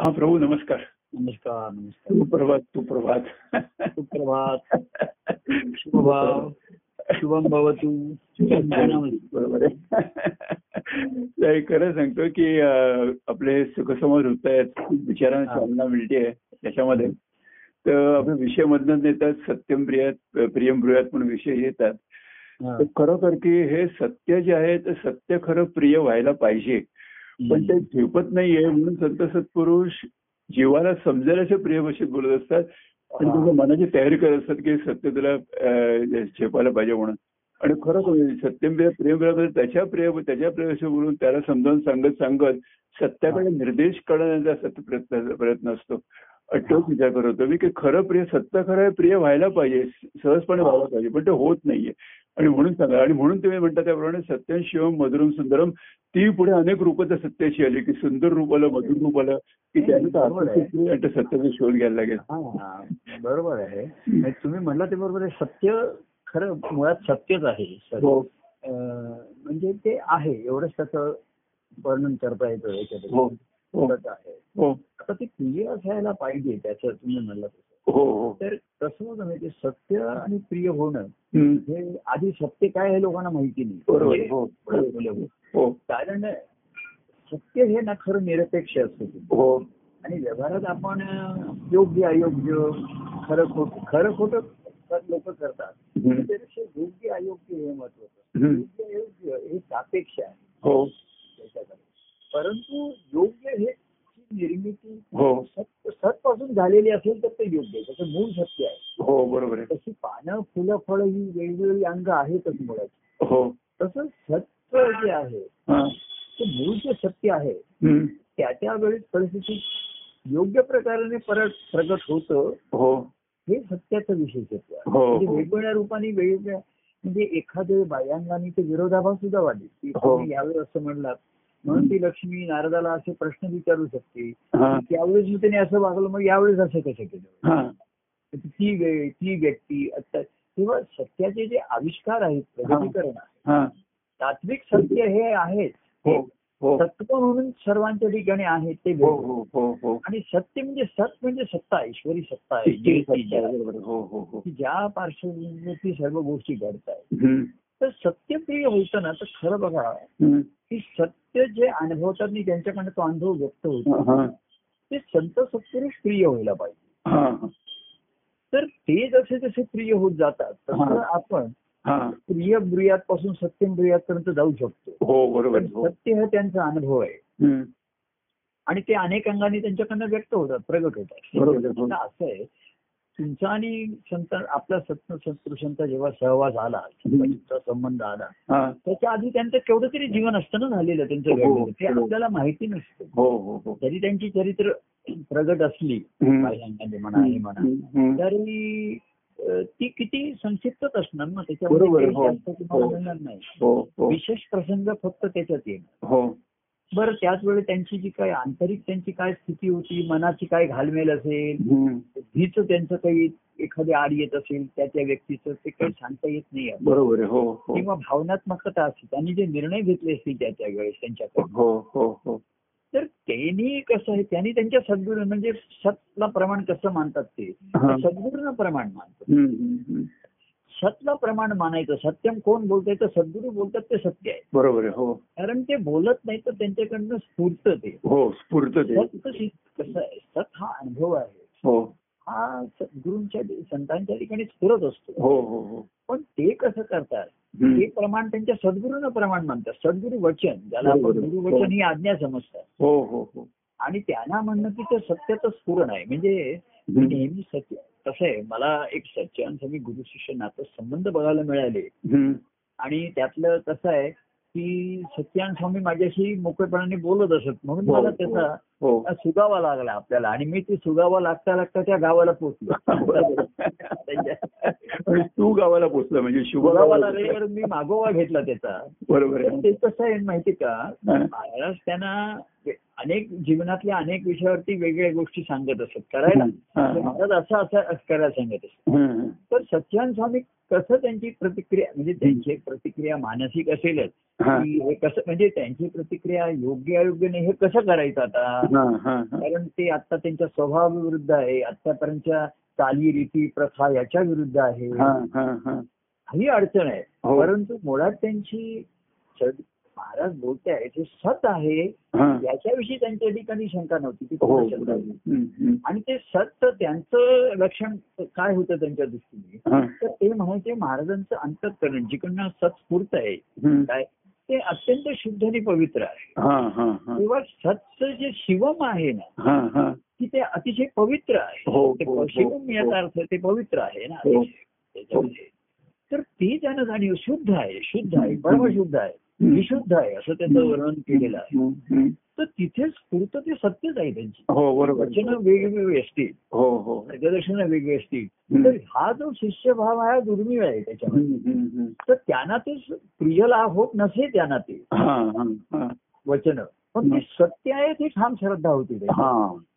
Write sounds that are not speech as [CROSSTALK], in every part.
हा प्रभू नमस्कार नमस्कार नमस्कार सुप्रभात सुप्रभात सुप्रभात शुभभाव शुभम भवतु बरोबर आहे खरं सांगतो की अं, आपले सुखसंवाद होत आहेत खूप विचारांना हा. चालना मिळते त्याच्यामध्ये तर आपल्या विषयामधनं येतात सत्यम प्रियात प्रियम प्रियात म्हणून विषय येतात तर खरोखर की हे सत्य जे आहे ते सत्य खरं प्रिय व्हायला पाहिजे पण ते झेपत नाहीये म्हणून संत सत्पुरुष जीवाला समजायला प्रिय भाषेत बोलत असतात आणि तुझ्या मनाची तयारी करत असतात की सत्य तुला अं, झेपायला पाहिजे म्हणून आणि खरं सत्यम प्रेम त्याच्या प्रेम त्याच्या प्रेमाशी बोलून त्याला समजावून सांगत सांगत सत्याकडे निर्देश करण्याचा सत्य प्रयत्न प्रयत्न असतो आणि तोच विचार करत होतो मी की खरं प्रिय सत्य खरं हे प्रिय व्हायला पाहिजे सहजपणे व्हायला पाहिजे पण ते होत नाहीये आणि म्हणून सांगा आणि म्हणून तुम्ही म्हणता त्याप्रमाणे सत्यम शिवम मधुरम सुंदरम ती पुढे अनेक रूपाचं सत्याशी आली की सुंदर रूप आलं मधुर रूप आलं की त्याने तर बरोबर आहे. आत्मसुखी आणि त्या सत्याचा शोध घ्यायला लागेल हा, बरोबर आहे आणि तुम्ही म्हणला ते बरोबर आहे सत्य खरं मुळात सत्यच आहे सर हो अं, म्हणजे ते आहे एवढंच त्याचं वर्णन करता येतं याच्यात हो हो आहे हो आता ते प्रिय असायला पाहिजे त्याचं तुम्ही म्हणला तसं हो हो तर कसं होतं माहिती आहे, सत्य आणि प्रिय होणं हम्म. हे आधी सत्य काय हे लोकांना माहिती नाही बरोबर आहे. म्हणजे हो बरोबर बोलले. हो कारण सत्य हे ना खरं निरपेक्ष असतं हो आणि व्यवहारात आपण योग्य अयोग्य खरं खोट खरं खोटं लोक करतात हम्म. त्यापेक्षा योग्य अयोग्य हे महत्वाचं हम्म. योग्य अयोग्य हे सापेक्ष आहे हो त्याच्याकडे परंतु योग्य हे ची निर्मिती हो सत सतपासून झालेली असेल तर ते योग्य आहे त्याचं मूळ सत्य आहे हो बरोबर आहे तशी पानं फुलं फळं ही वेगवेगळी अंग आहेतच मुळाची हो तसं सत्य जे आहे हा. ते मूळ जे सत्य आहे हम्म. त्या त्या वेळेस परिस्थिती योग्य प्रकाराने परत प्रगट होतं हो हे सत्याचं विशेषत्व आहे हो. म्हणजे वेगवेगळ्या रूपाने वेगवेगळ्या म्हणजे एखाद्या बायांगाने ते विरोधाभास सुद्धा वाढले की हो. तुम्ही यावेळेस असं म्हणलात म्हणून ती लक्ष्मी नारदाला असे प्रश्न विचारू शकते हा. त्यावेळेस मी त्याने असं वागलं मग यावेळेस असं कसं केलं हा. ती वे- ती व्यक्ती आता तेव्हा सत्याचे जे आविष्कार आहेत प्रगतीकरण आहे हा. तात्विक सत्य हे आहेच हो हो तत्व म्हणून सर्वांच्या ठिकाणी आहे ते हो वेगळं. हो हो हो आणि सत्य म्हणजे सत म्हणजे सत्ता ईश्वरी सत्ता आहे इतकी जी- सत्य आहे. जी- बरोबर. हो हो हो की ज्या पार्श्वभूमीवरती सर्व गोष्टी घडतायत हम्म. तर सत्यप्रिय होतं ना तर खरं बघा हम्म. की सत्य जे अनुभवतात आणि त्यांच्याकडे तो अनुभव व्यक्त होतो हा. ते संत सत्पुरुष प्रिय व्हायला पाहिजे हा. तर ते जसे जसे प्रिय होत जातात तसं हा. आपण आपण हा. प्रिय ब्रियात पासून सत्यम पर्यंत जाऊ शकतो हो बरोबर पण आहे. हो सत्य हा त्यांचा अनुभव आहे हम्म. आणि ते अनेक अंगाने त्यांच्याकडनं व्यक्त होतात प्रगट होतात बरोबर आहे. हो. आता असं आहे तुमचा आणि संत आपला सत्य सत्पुरुषांचा जेव्हा सहवास आला संतांचा संबंध आला हा. त्याच्या आधी त्यांचं केवढं तरी जीवन असतं ना झालेलं त्यांचं हो, घडलेलं. ते हो. आपल्याला माहिती नसतं हो हो हो जरी त्यांची चरित्र प्रगट असली हम्म. बाह्यांमध्ये म्हणा हे म्हणा हम्म. तरी अं, ती किती संक्षिप्तच असणार ना बरोबर, त्याच्यामध्ये काही हो. जास्त तुम्हाला हो. मिळणार नाही हो हो विशेष प्रसंग फक्त त्याच्यात येणार हो बरं त्याच वेळी त्यांची जी काय आंतरिक त्यांची काय स्थिती होती मनाची काय घालमेल असेल हम्म. बुद्धीचं त्यांचं काही एखादी आड येत असेल त्या त्या व्यक्तीचं ते काही सांगता येत नाही आहे. बरोबर आहे. हो हो किंवा भावनात्मकता असते त्यांनी जे निर्णय घेतले असतील त्या त्या वेळेस त्यांच्याकडून हो हो हो तर त्यांनी कसं आहे त्यांनी त्यांच्या सद्गुरू म्हणजे सतला प्रमाण कसं मानतात ते हा. सद्गुरूंना प्रमाण मानतात हम्म, हम्म, हम्म. सतला प्रमाण मानायचं सत्यम कोण बोलतंय तर सद्गुरू बोलतात ते सत्य आहे बरोबर आहे. हो कारण ते बोलत नाही तर त्यांच्याकडनं स्फूर्त ते हो स्फूर्त ते सत कशी- कसं आहे सत हा अनुभव आहे हो हा सद्गुरूंच्या संतांच्या ठिकाणी स्फुरत असतो हो हो हो पण ते कसं करतात हम्म. ते प्रमाण त्यांच्या सद्गुरूंना प्रमाण मानतात सद्गुरू वचन ज्याला आपण बरोबर. गुरुवचन ही आज्ञा समजतात हो हो हो आणि त्यांना म्हणणं की ते सत्याचं स्फुरण आहे म्हणजे मी हम्म. नेहमी सत्य कसं आहे मला एक सच्चांचं मी गुरु शिष्य नातं संबंध बघायला मिळाले हम्म. आणि त्यातलं कसं आहे की सत्यान स्वामी माझ्याशी मोकळेपणाने बोलत असत म्हणून हो, मला हो. त्याचा हो सुगावा लागला आपल्याला आणि मी ते सुगावा लागता लागता त्या गावाला [LAUGHS] पोहोचलो आणि तू गावाला पोचला म्हणजे शुभ सुगावा गावाला पोचला. लागल्यावर मी मागोवा घेतला त्याचा बरोबर तर आहे ते कसं आहे माहिती का हा. महाराज त्यांना अनेक जीवनातल्या अनेक विषयावरती वेगवेगळ्या गोष्टी सांगत असत करायला हा. तर महाराज असं असं करायला सांगत असत हम्म. तर सत्यान स्वामी कसं त्यांची प्रतिक्रिया म्हणजे त्यांची एक प्रतिक्रिया मानसिक असेलच हा. की हे कसं म्हणजे त्यांची प्रतिक्रिया योग्य अयोग्य नाही हे कसं करायचं आता हा, हा, हा. कारण ते आता त्यांच्या स्वभावाविरुद्ध आहे आतापर्यंतच्या चालीरीती प्रथा याच्या विरुद्ध आहे हा, हा, हा. ही अडचण आहे हो. परंतु मुळात त्यांची सद- महाराज बोलते आहे जे सत आहे हा. याच्याविषयी त्यांच्या ठिकाणी शंका नव्हती ती हो पूर्ण शंका होती. हम्म, हम्म. आणि ते सत त्यांचं लक्षण काय होतं त्यांच्या दृष्टीने हा. तर ते म्हणायचे महाराजांचं अंतःकरण जिकडनं सत्स्फूर्त आहे हम्म. काय ते अत्यंत शुद्ध आणि पवित्र आहे हा, हा, हा. तेव्हा सत्य जे शिवम आहे ना हा, हा. की ते अतिशय पवित्र आहे हो, ते हो, हो, शिवम याचा अर्थ ते पवित्र आहे ना हो. अतिशय. त्याच्यामध्ये तर ती त्यांना जाणीव शुद्ध आहे शुद्ध आहे परमशुद्ध आहे हम्म. विशुद्ध आहे असं त्यांचं वर्णन केलेलं आहे हम्म, हम्म. तर तिथे स्फूर्त ते सत्यच आहे त्यांची हो बरोबर वचनं वेगवेगळी असतील हो हो मार्गदर्शन वेगळी असतील हम्म. तर हा जो शिष्यभाव आहे हा दुर्मिळ आहे त्याच्यामध्ये हम्म, हम्म, हम्म. तर त्यांना ते प्रियला होत नसे त्यांना ते हा, हा, हा. वचन पण ते सत्य आहे ती ठाम श्रद्धा होती त्याची. हा,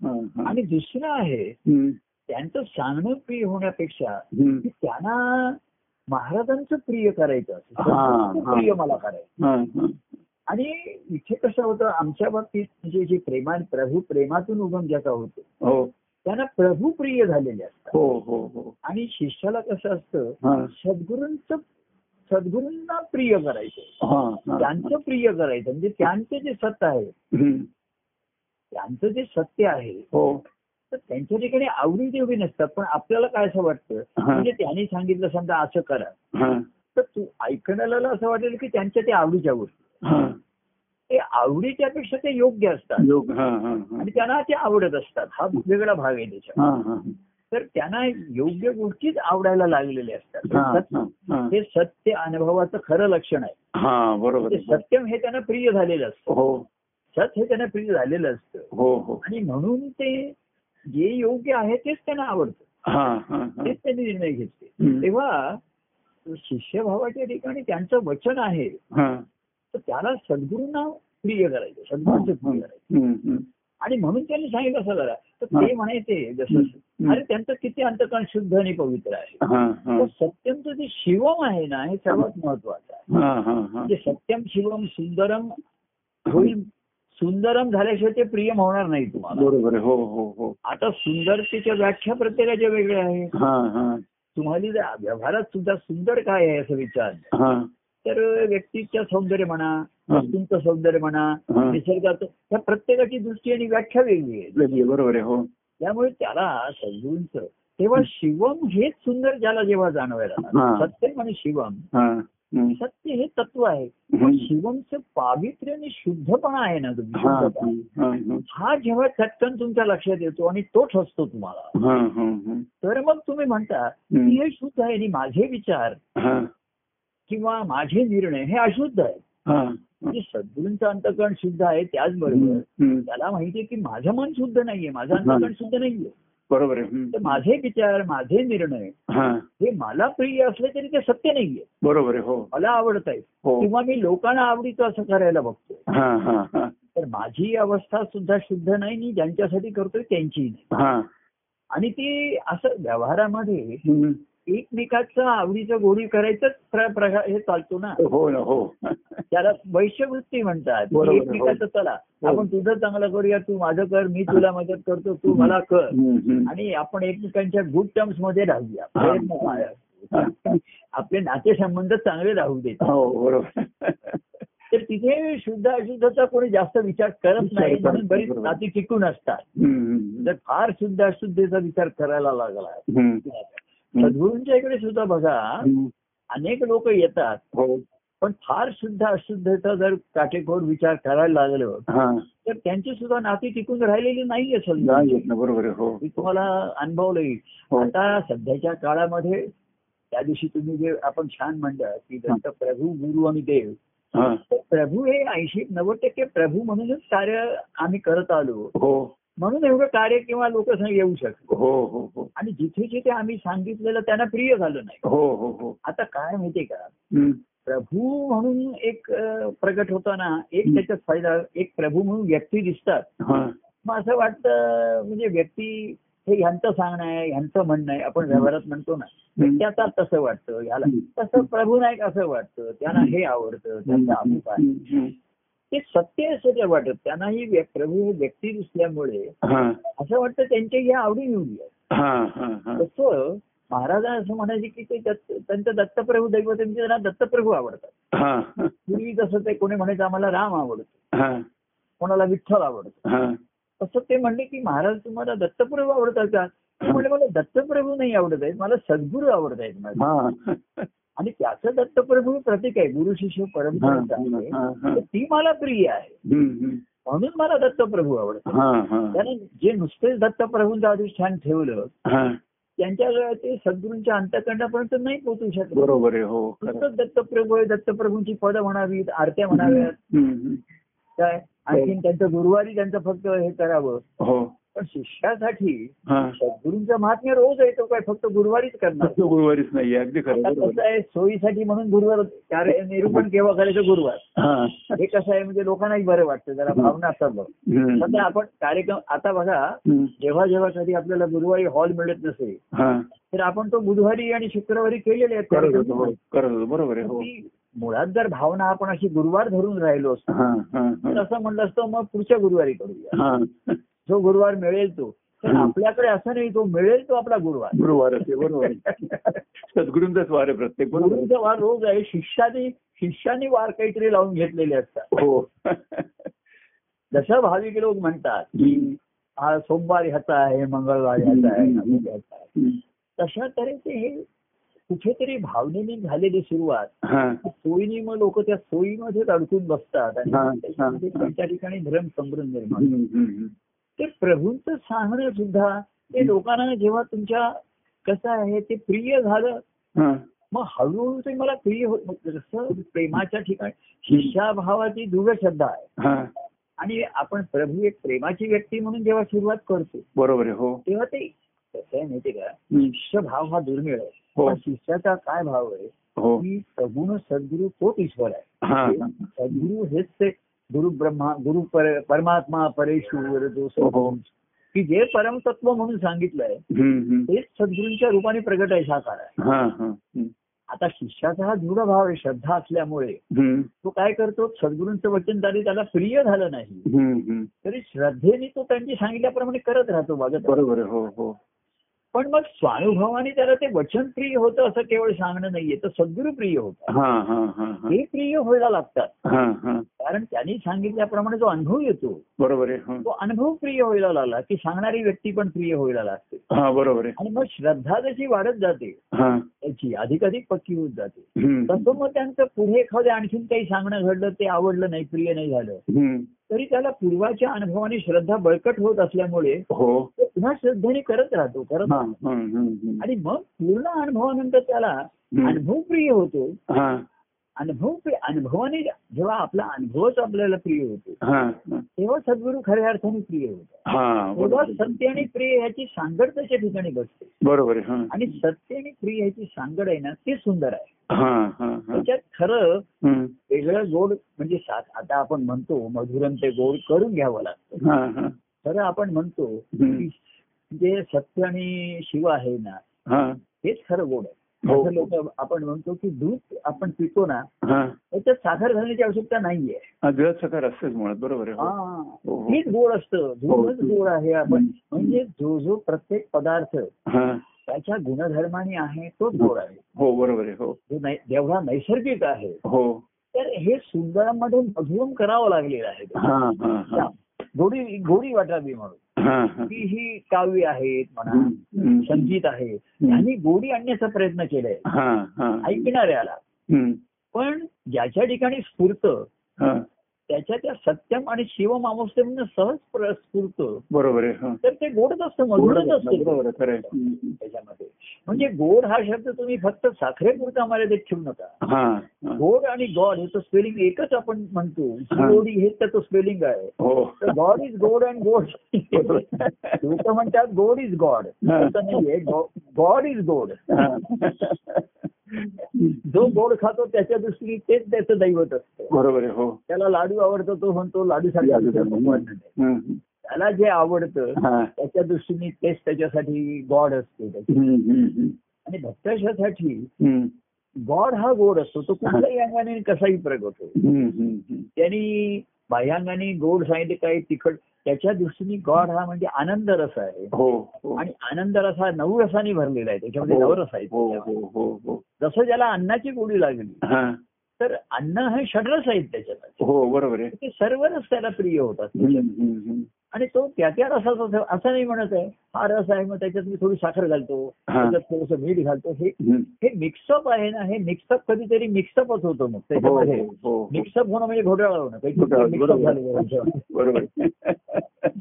हा, हा. आणि दुसरं आहे हम्म, त्यांचं सांगणं प्रिय होण्यापेक्षा की हम्म. म्हणजे त्यांना महाराजांचं प्रिय करायचं असं. हा, हा. संतांचं प्रिय मला करायचं हा, हा. आणि इथे कसं होतं आमच्या बाबतीत म्हणजे जे प्रेमा प्रभू प्रेमातून उगम ज्याचा होतो हो त्यांना प्रभू प्रिय झालेले असतात हो हो हो आणि शिष्याला कसं असतं हा, सद्गुरूंचं सद्गुरूंना प्रिय करायचं हा, हा. त्यांचं प्रिय करायचं म्हणजे त्यांचं जे सत्य आहे हम्म. त्यांचं जे सत्य आहे हो तर त्यांच्या ठिकाणी आवडीदेवी नसतात पण आपल्याला काय असं वाटतं हा. म्हणजे त्यांनी सांगितलं समजा असं करा हा, तर तू ऐकण्याला असं वाटेल की त्यांच्या ते आवडीच्या गोष्टी हा. ते आवडीच्यापेक्षा ते योग्य असतात योग हा हा हा. आणि त्यांना ते आवडत असतात हा वेगळा भाग आहे त्याच्या हा, हा. तर त्यांना योग्य गोष्टीच आवडायला लागलेल्या हा, असतात हा, हा. हे सत्य अनुभवाचं खरं लक्षण आहे हा ते बरोबर आहे. सत्यम हे त्यांना प्रिय झालेलं असतं हो सत हे त्यांना प्रिय झालेलं असतं हो हो आणि म्हणून ते जे योग्य आहे तेच त्यांना आवडतं हा हा हा. तेच त्यांनी निर्णय घेतले हम्म. तेव्हा शिष्यभावाच्या ठिकाणी त्यांचं वचन आहे हा. तर त्याला सद्गुरूंना प्रिय करायचं सद्गुरूंचं प्रिय करायचं हम्म, हम्म. आणि म्हणून त्यांनी सांगितलं असं करा तर हा. ते म्हणायचे जसं हम्म. अरे हो. त्यांचं किती अंतकरण शुद्ध आणि पवित्र आहे हा, हा. तर सत्यमचं जे शिवम आहे ना हे सर्वात महत्वाचं आहे हा, हा, हा. म्हणजे सत्यम शिवम सुंदरम होईल सुंदरम झाल्याशिवाय ते प्रियम होणार नाही तुम्हाला बरोबर आहे. हो हो हो आता सुंदरतेच्या व्याख्या प्रत्येकाच्या वेगळ्या आहे हा हा तुम्हाला जर व्यवहारात सुद्धा सुंदर काय आहे असं विचार हा तर व्यक्तीच्या सौंदर्य म्हणा हा. वस्तूंचं सौंदर्य म्हणा हा. निसर्गाचं त्या प्रत्येकाची दृष्टी आणि व्याख्या वेगळी आहे वेगळी आहे. बरोबर आहे हो त्यामुळे त्याला सद्गुरूंचं तेव्हा शिवम हेच सुंदर ज्याला जेव्हा जाणवायला हा. लागलं. सत्यम आणि शिवम हा हम्म. सत्य हे तत्व आहे पण हम्म. शिवमचं पावित्र्य आणि शुद्धपणा आहे ना तुम्ही हा शुद्धता. हम्म, हम्म, हा जेव्हा चटकन तुमच्या लक्षात येतो आणि तो ठसतो तुम्हाला हा, हम्म, तर मग तुम्ही म्हणता हम्म. की हे शुद्ध आहे आणि माझे विचार हा, किंवा माझे निर्णय हे अशुद्ध आहेत हा. म्हणजे सद्गुरूंचं अंतकरण शुद्ध आहे त्याचबरोबर हम्म, हम्म. त्याला माहितीये की माझं मन शुद्ध नाहीये माझं हा. अंतकरण शुद्ध नाहीये बरोबर आहे तर हम्म. माझे विचार माझे निर्णय हा हे मला प्रिय असले तरी ते सत्य नाहीये बरोबर आहे हो मला आवडत आहे हो किंवा मी लोकांना आवडीचं असं करायला बघतो हा हा हा तर माझी अवस्था सुद्धा शुद्ध नाही मी ज्यांच्यासाठी करतोय त्यांचीही नाही हा आणि ती असं व्यवहारामध्ये हम्म. एकमेकाचा आवडीचं गोडी करायचंच प्र- प्रकार हे चालतो ना हो ना हो त्याला वैश्यवृत्ती म्हणतात की बरोबर, हो. एकमेकाचं चला हो. आपण तुझं चांगलं करूया तू माझं कर मी तुला मदत करतो तू मला कर हम्म, हम्म. आणि आपण एकमेकांच्या गुड टर्म्स मध्ये राहूया हा. प्रयत्न करूया. आपले नातेसंबंध चांगले राहू देत हो बरोबर तर तिथे शुद्ध अशुद्धचा कोणी जास्त विचार करत विचार नाही करत म्हणून नाही, बरीच बरोबर. नाती टिकून असतात हम्म, जर फार शुद्ध अशुद्धेचा विचार करायला लागला हम्म. सद्गुरूंच्या इकडे सुद्धा बघा हम्म. अनेक लोक येतात हो पण फार शुद्ध अशुद्धेचा जर काटेकोर विचार करायला लागलो हा तर त्यांची सुद्धा नाती टिकून राहिलेली नाहीये सध्या नाही येत ना बरोबर आहे हो मी तुम्हाला अनुभवलं हो. येईल आता सध्याच्या काळामध्ये त्या दिवशी तुम्ही जे आपण छान म्हणलं की दत्त प्रभू गुरु आणि देव हा तर प्रभू हे ऐंशी नव्वद टक्के प्रभू म्हणूनच कार्य आम्ही करत आलो हो म्हणून एवढं कार्य किंवा लोकसंग येऊ शकतो हो हो हो आणि जिथे जिथे आम्ही सांगितलेलं त्यांना प्रिय झालं नाही हो हो हो आता काय माहितीये का हम्म. प्रभू म्हणून एक अं, प्रगट होताना एक हं. त्याच्यात फायदा एक प्रभू म्हणून व्यक्ती दिसतात हा मग असं वाटतं म्हणजे व्यक्ती हे ह्यांचं सांगणं आहे ह्यांचं म्हणणं आहे आपण व्यवहारात म्हणतो ना हं. त्याचा तसं वाटतं ह्याला हं. तसं प्रभू नाईक असं वाटतं त्यांना हे आवडतं त्यांचं अमुक आहे हम्म, हम्म. ते सत्य असं ते वाटत त्यांना ही व्य- प्रभू ही व्यक्ती दिसल्यामुळे हा असं वाटतं त्यांच्या ह्या आवडी निवडी आहेत. हा हा हा तसं महाराज असं म्हणायचे की ते दत्त- त्यांचं दत्तप्रभू दैवत म्हणजे त्यांना दत्तप्रभू आवडतात हा हा पूर्वी कसं ते कोणी म्हणायचं आम्हाला राम आवडतो हा कोणाला विठ्ठल आवडतो हा तसं ते म्हणले की महाराज तुम्हाला दत्तप्रभू आवडतात का ते म्हणले मला दत्तप्रभू नाही आवडत आहेत मला सद्गुरू आवडत आहेत माझे. हा. आणि त्याचं दत्तप्रभू प्रतीक आहे गुरु शिष्य हा, परंपरा आहे हा, हा. तर ती मला प्रिय आहे हम्म, हम्म. म्हणून मला दत्तप्रभू आवडतात हा, हा. त्याने जे नुसतेच दत्तप्रभूंचं अधिष्ठान ठेवलं हा. त्यांच्या ते सद्गुरूंच्या अंतकरणापर्यंत नाही पोहोचू शकत बरोबर आहे हो खरं. नुसतंच दत्तप्रभू आहे दत्तप्रभूंची पदं म्हणावीत आरत्या म्हणाव्यात हम्म, हो. हम्म. काय आणखीन त्यांचं गुरुवारी त्यांचं फक्त हे करावं हो पण शिष्यासाठी हा सद्गुरूंचं महात्म्य रोज आहे तो काय फक्त गुरुवारीच [LAUGHS] करणार असं गुरुवारीच नाही अगदी खरं आता बरोबर कसं आहे सोयीसाठी म्हणून गुरुवार कार्य निरूपण केव्हा करायचं गुरुवार हा हे कसं आहे म्हणजे लोकांनाही बरं वाटतं जरा भावना असतात बघ हम्म. सध्या आपण कार्यक्रम आता बघा हम्म. जेव्हा जेव्हा कधी आपल्याला गुरुवारी हॉल मिळत नसेल हा तर आपण तो बुधवारी आणि शुक्रवारी केलेले आहेत करत कार्यक्रम. होतो हो. करत होतो बरोबर आहे हो ती मुळात जर भावना आपण अशी गुरुवार धरून राहिलो असतो हा हा तर हा. असं म्हणलं असतं मग पुढच्या गुरुवारी करूया हा जो गुरुवार मिळेल तो तर हं. आपल्याकडे असं नाही तो मिळेल तो आपला गुरुवार गुरुवार असते बरोबर आहे. सद्गुरूंचाच वार आहे प्रत्येक बरोबर आहे. गुरुचा वार रोज आहे शिष्याने शिष्याने वार काहीतरी लावून घेतलेले असतात हो जसं भाविक लोक म्हणतात हम्म. हा सोमवार ह्याचा आहे मंगळवार ह्याचा आहे नवमी ह्याचा आहे हम्म. तशा तऱ्हेचे हे कुठेतरी भावनेने झालेली सुरुवात हा सोयीने मग लोक त्या सोयीमध्येच अडकून बसतात आणि हा, हा, त्याच्यामध्ये हा. त्यांच्या ठिकाणी भ्रम संभ्रम निर्माण हम्म, हम्म. ते प्रभूंचं सांगणं सुद्धा ते लोकांना जेव्हा तुमच्या कसं आहे ते प्रिय झालं हा मग हळूहळू ते मला प्रिय होत मग जसं प्रेमाच्या ठिकाणी शिष्याभावाची दृढ श्रद्धा आहे हा आणि आपण प्रभू एक प्रेमाची व्यक्ती म्हणून जेव्हा सुरुवात करतो बरोबर आहे हो तेव्हा ते कसं आहे माहिती का हम्म. शिष्यभाव हा दुर्मिळ आहे हो. पण शिष्याचा काय भाव आहे हो की सगुण सद्गुरु तोच ईश्वर आहे हा सद्गुरु हेच ते गुरु ब्रह्मा गुरु पर- परमात्मा परेश्वर जो हो. सद्गुरु की जे परमतत्व म्हणून सांगितलंय हम्म, हम्म. तेच सद्गुरूंच्या रूपाने प्रगट आहे साकार आहे हा हा हम्म. आता शिष्याचा हा दृढ भाव आहे श्रद्धा असल्यामुळे हम्म. तो काय करतो सद्गुरूंचं वचन जरी त्याला प्रिय झालं नाही हम्म, हम्म. तरी श्रद्धेने तो त्यांनी सांगितल्याप्रमाणे करत राहतो वागत राहतो. बरोबर आहे हो हो पण मग स्वानुभवाने त्याला ते वचन प्रिय होतं असं केवळ सांगणं नाहीये तर सद्गुरू प्रिय होतं हा हा हा हा ते प्रिय व्हायला लागतात हा हा कारण त्यांनी सांगितल्याप्रमाणे जो अनुभव येतो बरोबर आहे हो. तो अनुभव प्रिय व्हायला लागला की सांगणारी व्यक्ती पण प्रिय व्हायला लागते हा बरोबर आहे आणि मग श्रद्धा जशी वाढत जाते हा त्याची अधिकाधिक पक्की होत जाते हम्म. तसं मग त्यांचं पुढे एखाद्या आणखीन काही सांगणं घडलं ते आवडलं नाही प्रिय नाही झालं हम्म. तरी त्याला पूर्वाच्या अनुभवाने श्रद्धा बळकट होत असल्यामुळे हो तो पुन्हा श्रद्धेने करत राहतो करत हा राहतो. हम्म, हम्म, हम्म. आणि मग पूर्ण अनुभवानंतर त्याला अनुभव प्रिय होतो हा अनुभव प्रिय- अनुभवाने जेव्हा आपला अनुभवच आपल्याला प्रिय होतो हा तेव्हा सद्गुरू खऱ्या अर्थाने प्रिय होतो हा तेव्हा बरोबर आहे. सत्य आणि प्रिय ह्याची सांगड त्याच्या ठिकाणी बसते बरोबर आहे हा आणि सत्य आणि प्रिय ह्याची सांगड आहे ना ते सुंदर आहे हा हा हा त्याच्यात खरं हम्म. वेगळं गोड म्हणजे सात- आता आपण म्हणतो मधुरम ते गोड करून घ्यावं लागतं हा हा खरं आपण म्हणतो की जे सत्य आणि शिव आहे ना हा हेच खरं गोड आहे हो. असं लोक आपण म्हणतो की दूध आपण पितो ना हा त्याच्यात साखर घालण्याची आवश्यकता नाहीये हा दुधात सकार असतेच मुळात बरोबर आहे हो. हा. हो, हो. हेच गोड असतं दूधच गोड आहे आपण म्हणजे जो जो प्रत्येक पदार्थ हा त्याच्या गुणधर्माने आहे तोच गोड आहे हो बरोबर आहे हो जो नै- जेवढा नैसर्गिक आहे हो तर हे सुंदरामध्ये मधुरम करावं लागलेलं आहे हा हा हा गोडी गोडी वाटावी म्हणून हा हा की ही काव्य आहेत म्हणा हम्म. संगीत आहे यांनी गोडी आणण्याचा प्रयत्न केलाय हा हा ऐकणाऱ्याला हम्म. पण ज्याच्या ठिकाणी स्फूर्त हा त्याच्या त्या सत्यम आणि शिवमामोस्तेमनं सहज प्र- स्फूर्त बरोबर आहे हा तर ते गोडच असतं मधुरच असतं बरोबर आहे खरं आहे. हम्म. त्याच्यामध्ये म्हणजे गोड हा शब्द तुम्ही फक्त साखरेपुरता मर्यादित ठेवू नका हा हा. गोड आणि गॉड ह्याचं स्पेलिंग एकच आपण म्हणतो गोडी हे त्याचं स्पेलिंग आहे हो [LAUGHS] गॉड इज गोड अँड गोड [LAUGHS] लोक म्हणतात गोड इज गॉड तसं नाहीये गॉड इज गोड हा. [LAUGHS] जो गोड खातो त्याच्या दृष्टीने तेच त्याचं दैवत असतं बरोबर आहे हो त्याला लाडू आवडतो तो म्हणतो लाडू त्याला हम्म. जे आवडतं हा. त्याच्या दृष्टीने तेच त्याच्यासाठी गॉड असते त्याची हम्म, हम्म, हम्म. आणि भक्ताशासाठी हम्म. गॉड हा गोड असतो तो कुठल्याही अंगाने कसाही प्रगट होतो हम्म, हम्म, हम्म. त्यांनी बाह्यांगाने गोड सांगितले काय तिखट त्याच्या दृष्टीने गॉड हा म्हणजे आनंद रस आहे हो हो आणि आनंद रस हा नऊ रसाने भरलेला आहे त्याच्यामध्ये हो. नऊ रस आहेत हो त्याच्यामध्ये. हो हो हो जसं ज्याला अन्नाची गोडी लागली हा तर अन्न हे षडरस आहेत त्याच्यात हो बरोबर आहे ते सर्व रस त्याला प्रिय होतात हम्म, हम्म, हम्म. आणि तो त्या त्या रसाचा असं- असं नाही म्हणत आहे हा रस आहे मग त्याच्यात मी थोडी साखर घालतो हा. त्याच्यात थोडस मीठ घालतो हे हम्म. हे मिक्सअप आहे ना हे मिक्सअप कधीतरी मिक्सअपच होतो मग हो हो त्याच्यामध्ये हो हो. मिक्सअप होणं म्हणजे घोटाळा होणं बरोबर, काही मिक्सअप झालं बरोबर. बरोबर.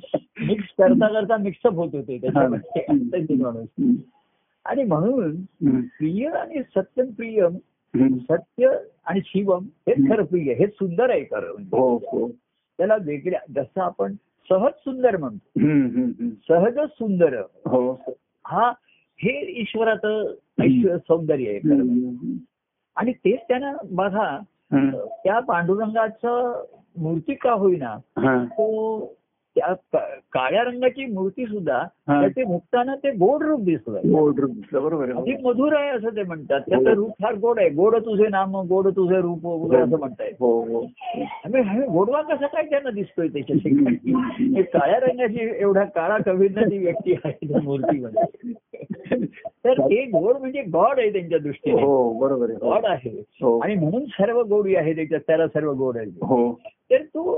मिक्स करता करता मिक्सअप होत होते त्याच्यामध्ये [LAUGHS] हा. आता ते माणूस. हम्म, आणि म्हणून हम्म, प्रिय आणि सत्यम प्रियम हम्म. सत्य आणि शिवम हेच खरं प्रिय हे सुंदर आहे खरं हो म्हणजे. हो त्याला वेगळ्या जसं आपण सहज सुंदर म्हणतो हम्म, हम्म, हम्म. सहज सुंदर हो हा हे ईश्वराचं ऐश्वर सौंदर्य आहे खरं म्हणजे. हम्म, आणि तेच त्यांना बघा हम्म. त्या पांडुरंगाचं मूर्ती का होईना हा, तो त्या का- काळ्या रंगाची मूर्ती सुद्धा हा. त्याचे भुक्ताना ते गोड रूप दिसलं गोड रूप दिसलं, बरोबर आहे अधिक मधुर आहे असं ते म्हणतात त्याचं रूप फार गोड आहे गोड तुझे नाम गोड तुझे रूप वगैरे असं म्हणताय हो. हो हो आम्ही- आम्ही गोडवा कसा काय त्यांना दिसतोय त्याच्याशी हे काळ्या रंगाची एवढा काळा कविता ती व्यक्ती आहे त्या मूर्तीमध्ये तर हे गोड म्हणजे गॉड आहे त्यांच्या दृष्टीने हो बरोबर आहे गॉड आहे हो आणि म्हणून सर्व गोडी आहे त्याच्यात त्याला सर्व गोड आहे हो तर तो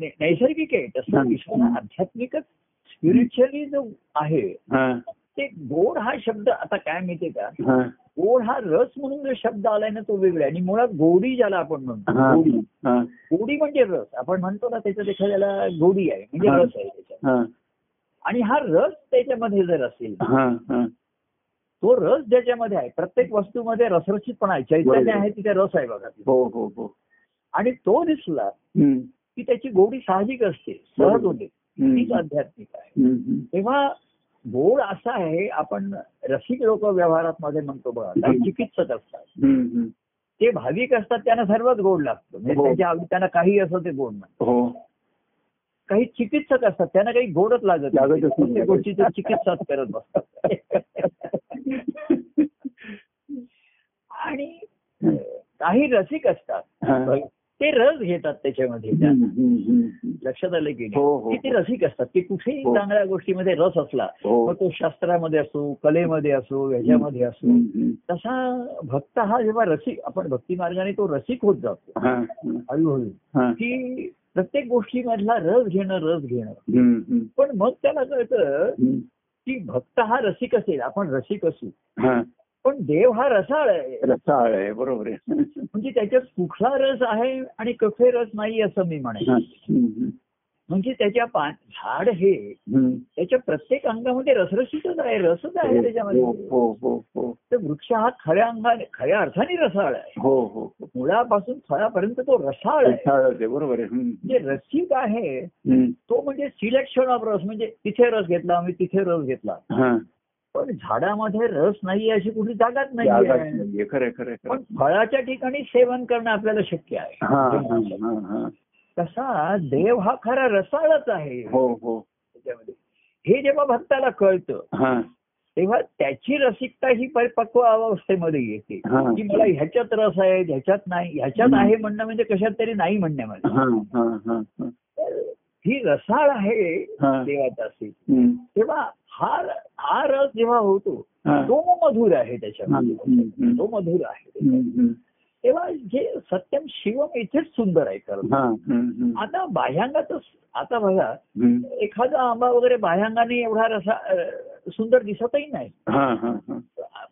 नै- नैसर्गिक आहे हा. तसं ईश्वर हा आध्यात्मिकच स्पिरिच्युअली जो आहे हा ते गोड हा शब्द आता काय माहितीये का हा गोड हा रस म्हणून जो शब्द आलाय ना तो वेगळा आहे आणि मुळात गोडी ज्याला आपण म्हणतो हा गोडी हा गोडी म्हणजे रस आपण म्हणतो ना त्याच्यात एखाद्याला गोडी आहे म्हणजे हा. रस आहे त्याच्यात हा आणि हा रस त्याच्यामध्ये जर असेल हा हा तो रस ज्याच्यामध्ये आहे प्रत्येक वस्तूमध्ये रसरशीतपणा आहे चैतन्य बरोबर. आहे तिथे रस आहे बघा हो हो हो आणि तो दिसला हम्म, की त्याची गोडी साहजिक असते सहज बरोबर. होते तीच हम्म, आध्यात्मिक आहे हम्म, हम्म. तेव्हा गोड असा आहे आपण रसिक लोक व्यवहारात मध्ये म्हणतो बघा काही हम्म. चिकित्सक असतात हम्म, हम्म. ते भाविक असतात त्यांना सर्वच गोड लागतं म्हणजे हो. त्यांच्या आवडी- त्यांना काही असं ते गोड म्हणतात हो काही चिकित्सक असतात त्यांना काही गोडच लागत नाही. लागतच नाही. प्रत्येक गोष्टीची चिकित्साच करत बसतात आणि अं, काही रसिक असतात हा. ते रस घेतात त्याच्यामध्ये त्या हम्म, हम्म, हम्म. लक्षात आलं की हो, हो. नाही की ते रसिक असतात ते कुठेही हो. चांगल्या गोष्टीमध्ये रस असला हो मग तो शास्त्रामध्ये असो कलेमध्ये असो ह्याच्यामध्ये असो हम्म, हम्म. तसा भक्त हा जेव्हा रसिक आपण भक्ती मार्गाने तो रसिक होत जातो हा, हा, हळूहळू हा. की प्रत्येक गोष्टीमधला रस घेणं रस घेणं हम्म, हम्म, पण मग त्याला कळतं हम्म. की भक्त हा रसिक असेल आपण रसिक असू हा. पण देव हा रसाळ आहे रसाळ आहे बरोबर आहे म्हणजे त्याच्यात कुठला रस आहे आणि कुठे रस नाही असं मी म्हणेन हा. हम्म, म्हणजे त्याच्या पान झाड हे हम्म. त्याच्या प्रत्येक अंगामध्ये रसरशीतच आहे रसच आहे हो त्याच्यामध्ये हो हो हो तर वृक्ष हा खऱ्या अंगाने खऱ्या अर्थाने रसाळ आहे हो हो हो. मुळापासून फळापर्यंत तो रसाळ आहे रसाळच आहे बरोबर आहे हम्म, म्हणजे रसिक आहे हम्म. तो म्हणजे सिलेक्शन ऑफ रस म्हणजे तिथे रस घेतला आम्ही तिथे रस घेतला हा पण झाडामध्ये रस नाही अशी कुठली जागाच नाही जागा आहे. नाहीये. खरं आहे, खरं आहे, खरं पण आहे. फळाच्या ठिकाणी सेवन करणं आपल्याला शक्य हा हा आहे हा हा तसा देव हा खरा रसाळच आहे हो हो त्याच्यामध्ये हे जेव्हा भक्ताला कळतं हा तेव्हा त्याची रसिकता ही परिपक्व अवस्थेमध्ये येते हा. की मला ह्याच्यात रस आहे ह्याच्यात नाही ह्याच्यात हम्म. आहे म्हणणं म्हणजे कशात तरी नाही म्हणण्यामध्ये हा हा हा हा तर ही रसाळ आहे हा. देवाचा असेल हम्म. तेव्हा हा र- हा रस जेव्हा होतो हा. तो मधुर आहे हम्म, त्याच्यामध्ये हम्म. तो मधुर आहे हम्म, हम्म. तेव्हा जे सत्यम शिवम इथेच सुंदर आहे कारण हा, हम्म, हम्म. आता बाह्यांगाच आता बघा हम्म. एखादा आंबा वगैरे बाह्यांगाने एवढा रसा अ, सुंदर दिसतही नाही हा हा हा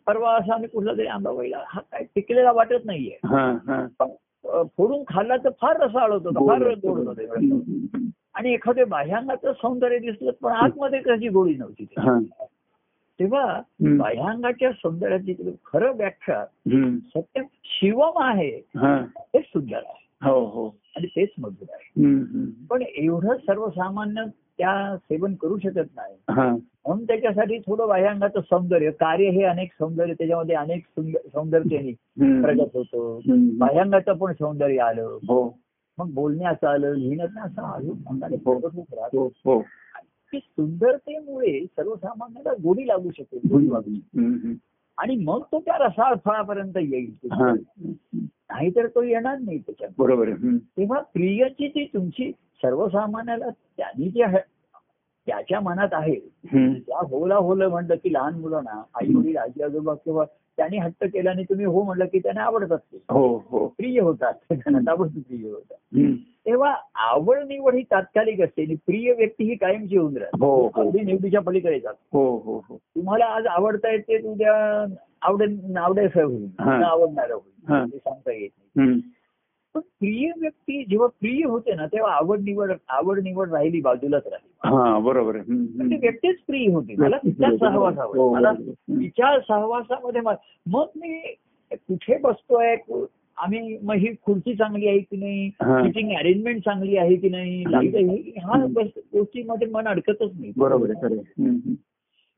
परवा असा आम्ही कुठला तरी आंबा बघितला हा काय टिकलेला वाटत नाहीये हा हा पण अ, फोडून खाल्ला तर फार रसाळ होतो फार गोड होतो हम्म. आणि एखाद्या बाह्यांगाचं सौंदर्य दिसलं पण आतमध्ये त्याची गोडी नव्हती ती. हा. तेव्हा हम्म. बाह्यांगाच्या सौंदर्याची खरं व्याख्या हम्म. सत्य शिवम आहे हा. हे सुंदर आहे हो हो आणि तेच मधुर आहे हम्म, हम्म. पण एवढं सर्वसामान्य त्या सेवन करू शकत नाही हा. म्हणून त्याच्यासाठी थोडं बाह्यांगाचं सौंदर्य कार्य हे अनेक सौंदर्य त्याच्यामध्ये अनेक सुंदर- सौंदर्याने हम्म. प्रगत होतो हम्म. बाह्यांगाचं पण सौंदर्य आलं हो मग बोलण्याचं आलं लिहिण्याचं असं आलं अंगाने प्रगट होत राहतं. हो हो की सुंदरतेमुळे सर्वसामान्याला गोडी लागू शकेल गोडी लागू शकेल. हम्म, हम्म. आणि मग तो त्या रसाळ फळापर्यंत येईल हा. नाहीतर तो येणार नाही त्याच्यात बरोबर आहे हम्म. तेव्हा प्रियची ती तुमची सर्वसामान्याला त्यांनी जे ह- त्याच्या मनात आहे हम्म. त्या होला होला म्हणलं की लहान मुलांना आई वडील आजी आजोबा किंवा त्यांनी हट्ट केल्याने तुम्ही हो म्हणलं की त्यांना आवडत असते हो हो प्रिय होतात त्यांना ताबडतोब प्रिय होतात हम्म. तेव्हा आवड निवड ही तात्कालिक असते आणि प्रिय व्यक्ती ही कायमची होऊन हो, हो. राहते अगदी निवडीच्या पलीकडे जात हो हो हो तुम्हाला आज आवडता येते उद्या आवड आवडायचं होईल हा. न आवडणारं हा. होईल ते सांगता येत नाही हम्म. पण प्रिय व्यक्ती जेव्हा प्रिय होते ना तेव्हा आवड निवड आवड निवड राहिली बाजूलाच राहिली हा बरोबर आहे हम्म, पण ती हम्म. व्यक्तीच प्रिय होती मला तिचा सहवास हो, आवडला हो, मला हो. तिच्या सहवासामध्ये मा- मग मी कुठे बसतोय कु- आम्ही मग ही खुर्ची चांगली आहे की नाही हा. सिटिंग अरेंजमेंट चांगली आहे की नाही हम्म. लाईट आहे ह्या हम्म. बस- गोष्टीमध्ये मन अडकतच नाही बरोबर आहे खरं आहे. हम्म,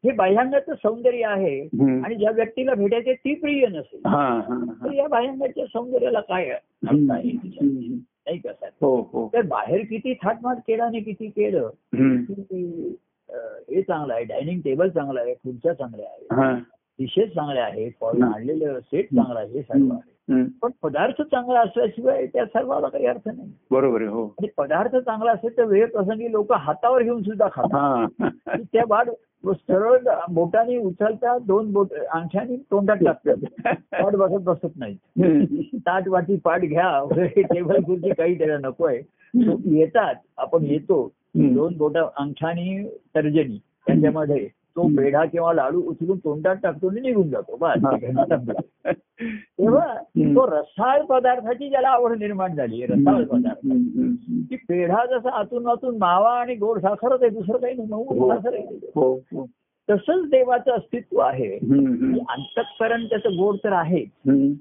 हे बाह्यांगाचं सौंदर्य आहे हम्म. आणि ज्या व्यक्तीला भेटायचे ती प्रिय नसेल हा हा तर हा. या बाह्यांगाच्या सौंदर्याला काय अर्थ हम्म, आहे तिच्यात? हम्म. नाही का साहेब? हो हो तर बाहेर किती थाटमाट केला आणि किती केलं हम्म. की, अं, हे चांगलं आहे डायनिंग टेबल चांगलं आहे खुर्च्या चांगल्या आहेत हा डिशेस चांगल्या आहेत फॉल हम्म. आणलेलं सेट चांगला आहे हे सर्व हम्म, आहे हम्म. पण पदार्थ चांगला असल्याशिवाय त्या सर्वाला काही अर्थ नाही बरोबर आहे हो आणि पदार्थ चांगला असेल तर वेळ प्रसंगी लोक हातावर घेऊन सुद्धा खातात हा की त्या वाढ सरळ बोटाने उचलता दोन बोट अंगठ्याने तोंडात टाकतात वाट बसत बसत नाही ताट वाटी पाठ घ्या वगैरे टेबल खुर्ची काही त्याला नको आहे येतात आपण येतो दोन बोट अंगठ्याने तर्जनी त्याच्यामध्ये तो हम्म. पेढा किंवा लाडू उचलून तोंडात टाकतो आणि निघून जातो बस हा. घटना संपली. तेव्हा हम्म. तो रसाळ पदार्थाची ज्याला आवड निर्माण झाली आहे, रसाळ पदार्थ हम्म. की पेढा जसा आतून आतून मावा आणि गोड साखरच आहे दुसरं काही नाही हो. मऊ साखर आहे हो हो तसंच देवाचं अस्तित्व आहे हम्म, हम्म. अंतकरण त्याचं गोड तर आहे हम्म.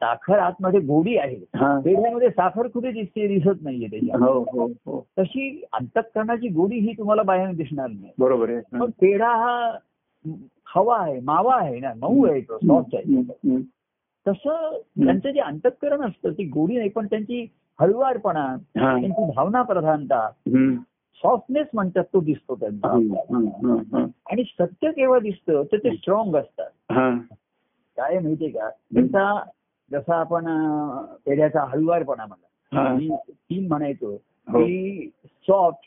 साखर आतमध्ये गोडी आहे हा. पेढ्यामध्ये साखर कुठे दिसते दिसत नाहीये त्याच्या हो हो हो तशी अंतकरणाची गोडी ही तुम्हाला बाहेर दिसणार नाही बरोबर आहे हा. पण पेढा हा हवा आहे मावा आहे ना मऊ आहे तो सॉफ्ट आहे हम्म, हम्म. तसं त्यांचं जे अंतकरण असतं ती गोडी नाही पण त्यांची हळुवारपणा हा. त्यांची भावना प्रधानता हम्म. सॉफ्टनेस म्हणतात तो दिसतो त्यांना हम्म, हम्म, हम्म. आणि सत्य केव्हा दिसतं तर ते स्ट्रॉंग असतात हा. काय माहितीये का त्यांचा जसा आपण अं, पेढ्याचा हळुवारपणा म्हणला हा. मी तीन म्हणायचो हो. की सॉफ्ट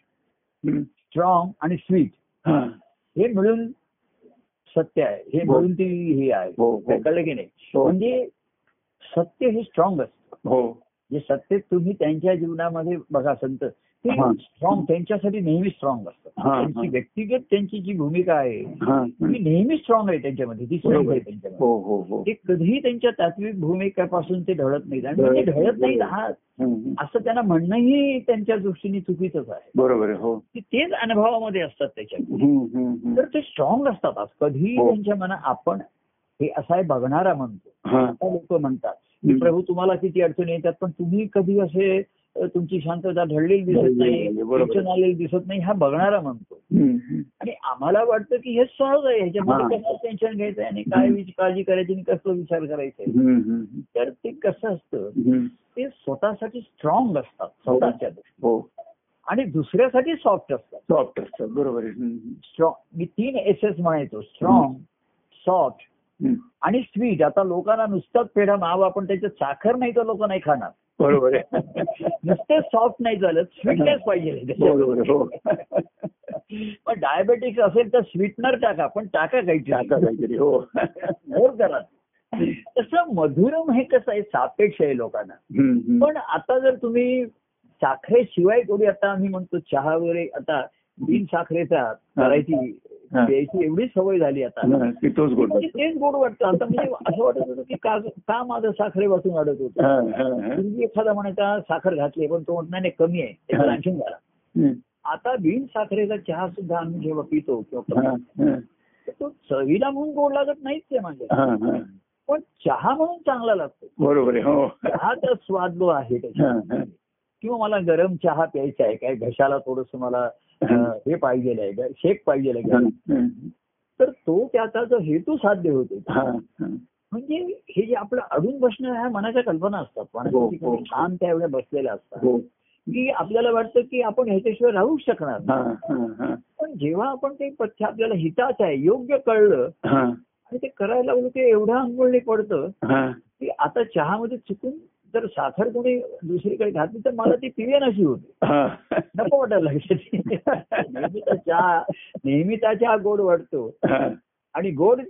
हम्म. स्ट्रॉंग आणि स्वीट हा. हे मिळून सत्य आहे हे हो. मिळून ती हे आहे हो, हो. कळलं की नाही हो. म्हणजे सत्य हे स्ट्रॉंग असतं हो जे सत्य तुम्ही त्यांच्या जीवनामध्ये बघा संत ते हा. स्ट्रॉंग त्यांच्यासाठी नेहमी स्ट्रॉंग असतं हा, हा. त्यांची व्यक्तिगत त्यांची जी भूमिका आहे हा. ती नेहमी स्ट्रॉंग आहे त्यांच्यामध्ये ती स्ट्रॉंग आहे त्यांच्यामध्ये हो हो हो ते कधीही त्यांच्या तात्विक भूमिकेपासून ते ढळत नाहीत आणि ते ढळत नाहीत हा हम्म. असं त्यांना म्हणणंही त्यांच्या दृष्टीने चुकीचंच आहे बरोबर आहे हो ते तेच अनुभवामध्ये असतात त्याच्यात हम्म, हम्म, हम्म. तर ते स्ट्रॉंग असतात आज कधीही हो. त्यांच्या मनात आपण हे असा आहे बघणारा म्हणतो हा. आता लोक म्हणतात हम्म. प्रभू तुम्हाला किती अडचणी येतात पण तुम्ही कधी असे अ, तुमची शांतता ढळलेली दिसत नाही ढळलेली, बरोबर. टेन्शन आलेली दिसत नाही हा बघणारा म्हणतो हम्म, हम्म. आणि आम्हाला वाटतं की हे सहज आहे ह्याच्यामध्ये हा. कसं टेन्शन घ्यायचं आहे आणि काय विच- काळजी करायची आणि कसं विचार करायचा आहे हम्म, हम्म, तर ते कसं असतं हम्म. ते स्वतःसाठी स्ट्रॉंग असतात स्वतःच्या दृष्टीने. हो आणि दुसऱ्यासाठी सॉफ्ट असतात सॉफ्ट असतं बरोबर आहे हम्म, स्ट्रॉंग मी तीन एस एस म्हणायचो स्ट्रॉंग सॉफ्ट हम्म. आणि स्वीट आता लोकांना नुसताच पेढा मावा आपण त्याच्यात साखर नाही तर लोक नाही खाणार बरोबर आहे नुसते सॉफ्ट नाही झालं [LAUGHS] स्वीटनेस पाहिजे बरोबर आहे, हो पण डायबेटिक्स असेल तर स्वीटनर टाका पण टाका टाका काही काहीतरी हो मोर करा तसं मधुरम हे कसं आहे सापेक्ष आहे लोकांना हम्म, हम्म. पण आता जर तुम्ही साखरेशिवाय कोणी आता आम्ही म्हणतो चहा वगैरे आता बिन साखरेचा करायची हा. प्यायची एवढी सवय झाली आता हा, ती तोच गोड म्हणजे तेच गोड वाटतं आता म्हणजे असं वाटत होतं की का का माझं साखरे वाचून वाढत होतं हा, हा, हा. पूर्वी एखादा म्हणायचा साखर घातली पण तो म्हणणार नाही कमी आहे त्याच्यात आणखी घाला हम्म, आता बिन साखरेचा चहा सुद्धा आम्ही जेव्हा पितो किंवा हा, हा, तर तो चवीला म्हणून गोड लागत नाहीच आहे माझ्या हा, हा. पण चहा म्हणून चांगला लागतो बरोबर आहे हो चहाचा स्वाद जो आहे हा, त्याच्यात हा. किंवा मला गरम चहा प्यायचा आहे काय घशाला थोडस मला अं, हे पाहिजे आहे शेक पाहिजे हा, आहे हा. तर तो त्याचा जो हेतू साध्य होतो हा, हा. म्हणजे हे जे आपलं अडून बसणं ह्या मनाच्या कल्पना असतात हो, मनाच्या ठिकाणी हो. छान त्यावेळेला बसलेल्या असतात हो की आपल्याला वाटतं की आपण ह्याच्याशिवाय राहूच शकणार नाही. हा, हा, हा. पण जेव्हा आपण ते पथ्य आपल्याला हिताचं आहे योग्य कळलं हा, आणि ते करायला लागलो ते एवढं अंघोळणी पडतं हा. की आता चहामध्ये चुकून तर साखर कोणी दुसरीकडे घातली तर मला ती पिवे नशी होती हा. नको वाटायला लागली नेहमी तर चहा नेहमी त्या चहा गोड वाटतो हा. आणि गोड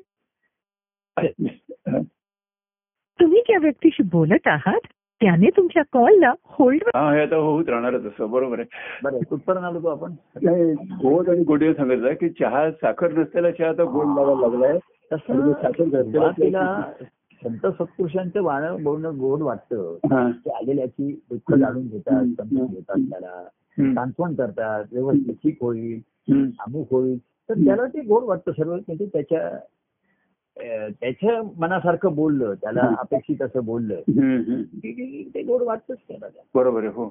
तुम्ही ज्या व्यक्तीशी बोलत आहात त्याने तुमच्या कॉलला होल्ड हा हे आता होत राहणारच असं बरोबर आहे बरं कुठपर्यंत आलो तो आपण नाही, गोड आणि गोडीवर सांगितलं की चहा साखर नसलेला चहा आता गोड लागायला लागलाय तसं म्हणजे साखर घातलेला सुरुवातीला संत सत्पुरुषांचं वाणं बोलणं गोड वाटतं हा. ते आलेल्याची दुःख जाणून घेतात समजून घेतात त्याला हम्म. सांत्वन करतात व्यवस्थित ठीक होईल हम्म. अमुक होईल तर त्याला ते गोड वाटतं सर्व म्हणजे त्याच्या अं, त्याच्या मनासारखं बोललं त्याला अपेक्षित असं बोललं हम्म. हम्म. की- की ते गोड वाटतच त्याला ते. बरोबर आहे हो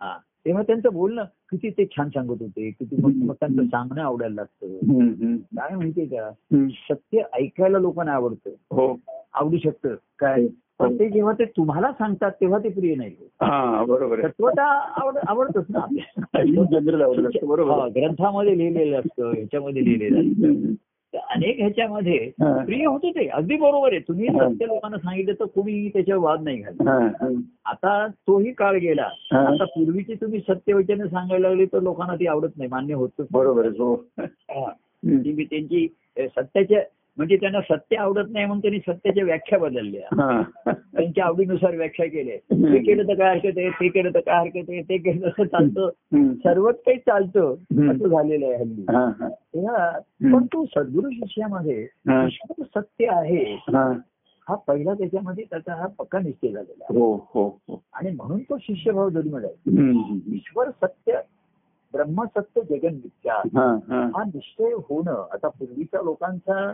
हा. तेव्हा त्यांचं बोलणं किती ते छान सांगत होते किती मग मग त्यांचं सांगणं आवडायला लागतं हम्म. हम्म. काय माहितीये का हम्म. सत्य ऐकायला लोकांना आवडतं हो आवडू शकतं काय पण ते जेव्हा ते तुम्हाला सांगतात तेव्हा ते प्रिय नाही होत. हा बरोबर आहे तत्वता आवड आवडतच ना [LAUGHS] आपल्याला. जनरल आवडलं असतं, बरोबर हा, आहे. ग्रंथामध्ये लिहिलेलं असतं ह्याच्यामध्ये लिहिलेलं असतं हम्म. तर अनेक ह्याच्यामध्ये हा. प्रिय होते ते अगदी बरोबर आहे तुम्ही हा. सत्य लोकांना सांगितलं तर कोणीही त्याच्यावर वाद नाही घालत हा. हा. आता तोही काळ गेला हा. आता पूर्वीचे तुम्ही सत्यवचन सांगायला लागले तर लोकांना ती आवडत नाही मान्य होत बरोबर आहे हो हा. हम्म. ती मी त्यांची अ, सत्याच्या म्हणजे त्यांना सत्य आवडत नाही म्हणून त्यांनी सत्याच्या व्याख्या बदलल्या हा. त्यांच्या आवडीनुसार व्याख्या केल्या हम्म. हे केलं तर काय हरकत आहे ते केलं तर काय हरकत आहे ते केलं तर चालतं हम्म. सर्वच काही चालतं हम्म. असं झालेलं आहे हल्ली हा. हा. तेव्हा पण तो सद्गुरु शिष्यामध्ये हा. ईश्वर सत्य आहे हा. हा पहिला त्याच्यामध्ये त्याचा हा पक्का निश्चय झालेला आहे. हो हो हो आणि म्हणून तो शिष्यभाव धर्मला आहे हम्म. ईश्वर सत्य ब्रह्मसत्य जगन विचार हा. हा. हा निश्चय होणं आता पूर्वीच्या लोकांचा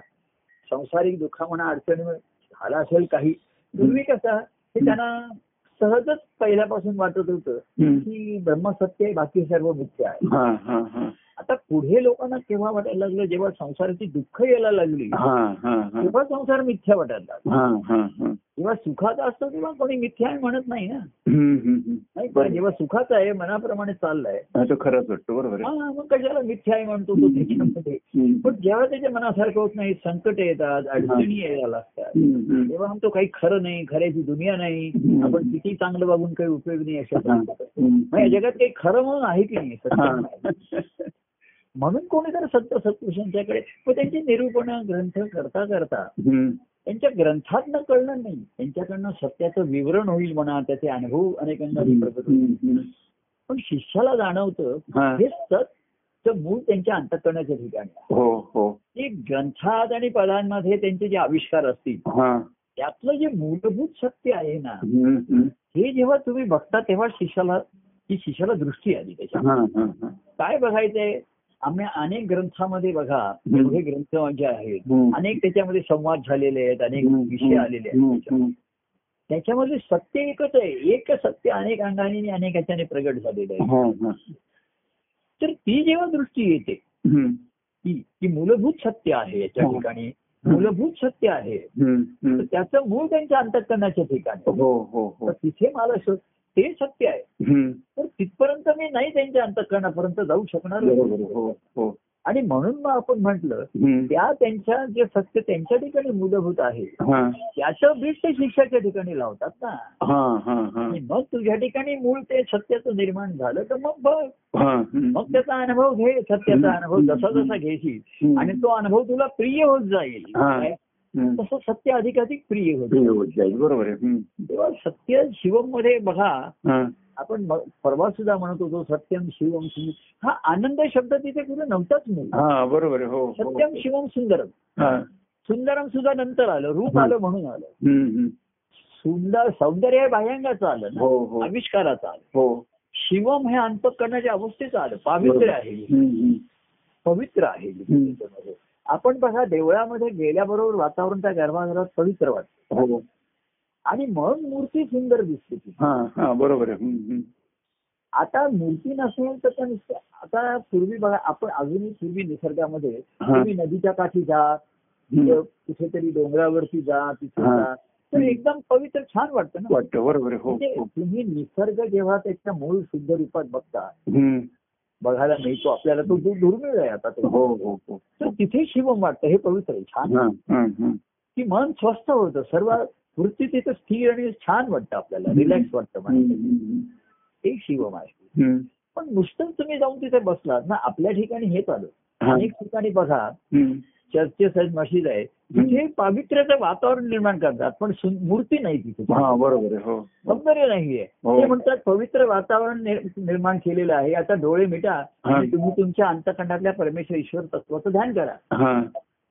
संसारिक दुःखा म्हणा अडचणी झाला असेल काही पूर्वी कसा हे त्यांना सहजच पहिल्यापासून वाटत होतं हम्म. की ब्रह्मसत्य आहे, बाकी सर्व मिथ्या आहे हा. हा. हा. आता पुढे लोकांना केव्हा वाटायला लागलं जेव्हा संसाराची दुःख यायला लागली हा. हा. हा. तेव्हा संसार मिथ्या वाटायला लागला हा, हा, हा. जेव्हा सुखाचा असतो तेव्हा कोणी मिथ्या आहे म्हणत नाही ना हम्म, हम्म, हम्म. नाही का? बरोबर. जेव्हा सुखाचा आहे मनाप्रमाणे चाललाय हा तो खराच वाटतो बरोबर हा आहे मग कशाला मिथ्या आहे म्हणतो तो त्याच्यामध्ये हम्म. पण जेव्हा त्याच्या मनासारखं होत नाही संकट येतात अडचणी यायला लागतात हम्म, हम्म. तेव्हा म्हणतो काही खरं नाही खऱ्याची दुनिया नाही हम्म. आपण किती चांगलं बघून काही उपयोग नाही अशा हा. परिस्थितीत. मग या हम्म. जगात काही खरं म्हणून आहे की नाही सत्य हा. नाही. म्हणून कोणी तर सत्य सत्पुरुषांच्याकडे मग त्यांची निरूपण ग्रंथ करता करता हम्म. त्यांच्या ग्रंथातनं कळणार नाही त्यांच्याकडनं सत्याचं विवरण होईल म्हणा त्याचे अनुभव अनेकांना प्रकट होईल हम्म, हम्म. पण शिष्याला जाणवतं हा. हे सतचं मूळ त्यांच्या अंतकरणाच्या ठिकाणी आहे. हो हो ते ग्रंथात आणि पदांमध्ये त्यांचे जे आविष्कार असतील हा त्यातलं जे मूलभूत सत्य आहे ना हम्म, हम्म. हे जेव्हा तुम्ही बघता तेव्हा शिष्याला ही शिष्याला दृष्टी आली त्याच्या हा, हा, हा. काय बघायचंय आम्ही अनेक ग्रंथामध्ये बघा हम्म. एवढे ग्रंथ म्हणजे आहेत हम्म. अनेक त्याच्यामध्ये संवाद झालेले आहेत अनेक हम्म, विषय आलेले आहेत हम्म, त्याच्यामध्ये. त्याच्यामध्ये सत्य एकच आहे एक सत्य अनेक अंगाने आणि अनेक ह्याच्याने प्रगट झालेलं हम्म. आहे हा, हा. तर ती जेव्हा दृष्टी येते हम्म, ती की मूलभूत सत्य आहे याच्या हो. ठिकाणी मूलभूत सत्य आहे हम्म, तर हम्म. त्याचं मूळ त्यांच्या अंतकरणाच्या ठिकाणी हो हो हो तर तिथे मला शो- ते सत्य आहे हम्म. तर तिथपर्यंत मी नाही त्यांच्या अंतकरणापर्यंत जाऊ शकणार बरोबर आहे. हो हो आणि म्हणून मग आपण म्हटलं हम्म. त्या त्यांच्या जे सत्य त्यांच्या ठिकाणी मूलभूत आहे हा त्याचं बीज ते शिक्षाच्या ठिकाणी लावतात ना हा हा हा आणि मग तुझ्या ठिकाणी मूळ ते सत्याचं निर्माण झालं तर मग बघ हा हम्म. मग त्याचा अनुभव घे सत्याचा अनुभव जसा जसा घेशील हम्म. आणि तो अनुभव तुला प्रिय होत जाईल हा. काय? हम्म. तसं सत्य अधिकाधिक प्रिय होत प्रिय होत जाईल. बरोबर आहे हम्म. तेव्हा सत्य शिवम मध्ये बघा हा. आपण म- परवा सुद्धा म्हणत होतो सत्यम शिवम सुंदर हा आनंद शब्द तिथे कुठे नव्हताच मूळ हा बरोबर आहे हो हो. सत्यम शिवम सुंदरम हा. सुंदरम सुद्धा नंतर आलं रूप आलं म्हणून आलं हम्म, हम्म. सुंदर सौंदर्य हे बाह्यांगाचं आलं ना हो हो आविष्काराचं आलं हो शिवम हे अंतकरणाच्या अवस्थेचं आलं पावित्र्य आहे हम्म, हम्म. पवित्र आहे हम्म. आपण बघा देवळामध्ये गेल्याबरोबर वातावरण त्या गर्भागृहात पवित्र वाटतं हो आणि म्हणून मूर्ती सुंदर दिसते ती. हा हा बरोबर आहे हम्म, हम्म. आता मूर्ती नसेल तर त्या नुसत्या आता पूर्वी बघा आपण अजूनही पूर्वी निसर्गामध्ये तुम्ही नदीच्या काठी जा हम्म. कुठेतरी डोंगरावरती जा तिथे हा. जा तर एकदम पवित्र छान वाटतं ना वाटतं बरोबर आहे हो म्हणजे हो तुम्ही निसर्ग जेव्हा त्याच्या मूळ शुद्ध रूपात बघता हम्म. बघायला मिळतो आपल्याला तो दु- दुर्मिळ आहे आता तो हो हो हो तर तिथे शिवम वाटतं हे पवित्र आहे छान हा, हा, हा. की मन स्वस्थ होतं सर्व वृत्ती तिथं स्थिर आणि छान वाटतं आपल्याला रिलॅक्स वाटतं मला हे शिवम आहे पण नुसतं तुम्ही जाऊन तिथे बसलात ना आपल्या ठिकाणी हेच आलं अनेक ठिकाणी बघा चर्चेस आहेत मशीद आहे तिथे पावित्र्याचं वातावरण निर्माण करतात पण सु- मूर्ती नाही तिथे हा बरोबर आहे हो सौंदर्य नाहीये हो. ते म्हणतात पवित्र वातावरण निर- निर्माण केलेलं आहे आता डोळे मिटा आणि तुम्ही तुमच्या अंतखंडातल्या परमेश्वर ईश्वर तत्वाचं ध्यान करा हा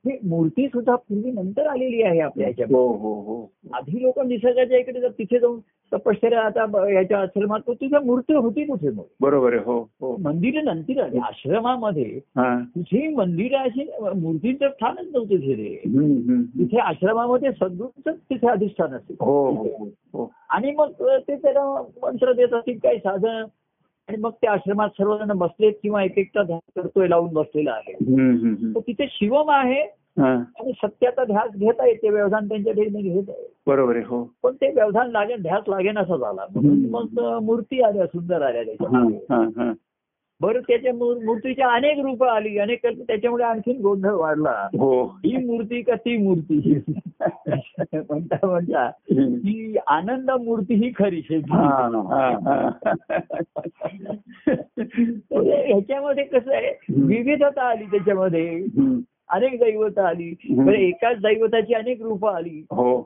ही मूर्ती सुद्धा पूर्वी नंतर आलेली आहे आपल्या याच्या हो हो हो आधी लोक निसर्गाच्या इकडे जर तिथे जाऊन तपश्चर्या आता ब- याच्या आश्रमात तर तिथे मूर्ती होती कुठे मग बरोबर आहे हो हो मंदिर नंतर आली आश्रमामध्ये हा तिथे मंदिर अशी मूर्तींचं स्थानच नव्हतं तिथे हम्म, हम्म, हम्म. तिथे आश्रमामध्ये सद्गुरूच तिथे अधिष्ठान असते हो हो हो आणि मग ते त्याला मंत्र देत असतील काही साधन आणि मग त्या आश्रमात सर्वजण बसलेत किंवा एक एकटा ध्यास करतोय लावून बसलेला आहे हम्म, हम्म, हम्म. तर तिथे शिवम आहे हा आणि सत्याचा ध्यास घेता येते व्यवधान त्यांच्या ठिकाणी घेत आहे बरोबर आहे हो पण ते व्यवधान लागेल ध्यास लागेल असा झाला म्हणून मग मूर्ती आल्या सुंदर आल्या हा त्याच्यामध्ये हा हा बरं त्याच्या मूर- मूर्तीच्या अनेक रूप आली अनेक त्याच्यामुळे आणखीन गोंधळ वाढला हो ही मूर्ती का ती मूर्ती [LAUGHS] म्हणता म्हणता हम्म. ही आनंद मूर्ती ही खरी हा शेती हा हा तर म्हणजे ह्याच्यामध्ये कसं आहे विविधता आली त्याच्यामध्ये हम्म. अनेक दैवत आली हम्म. तर एकाच दैवताची अनेक रूपं आली हो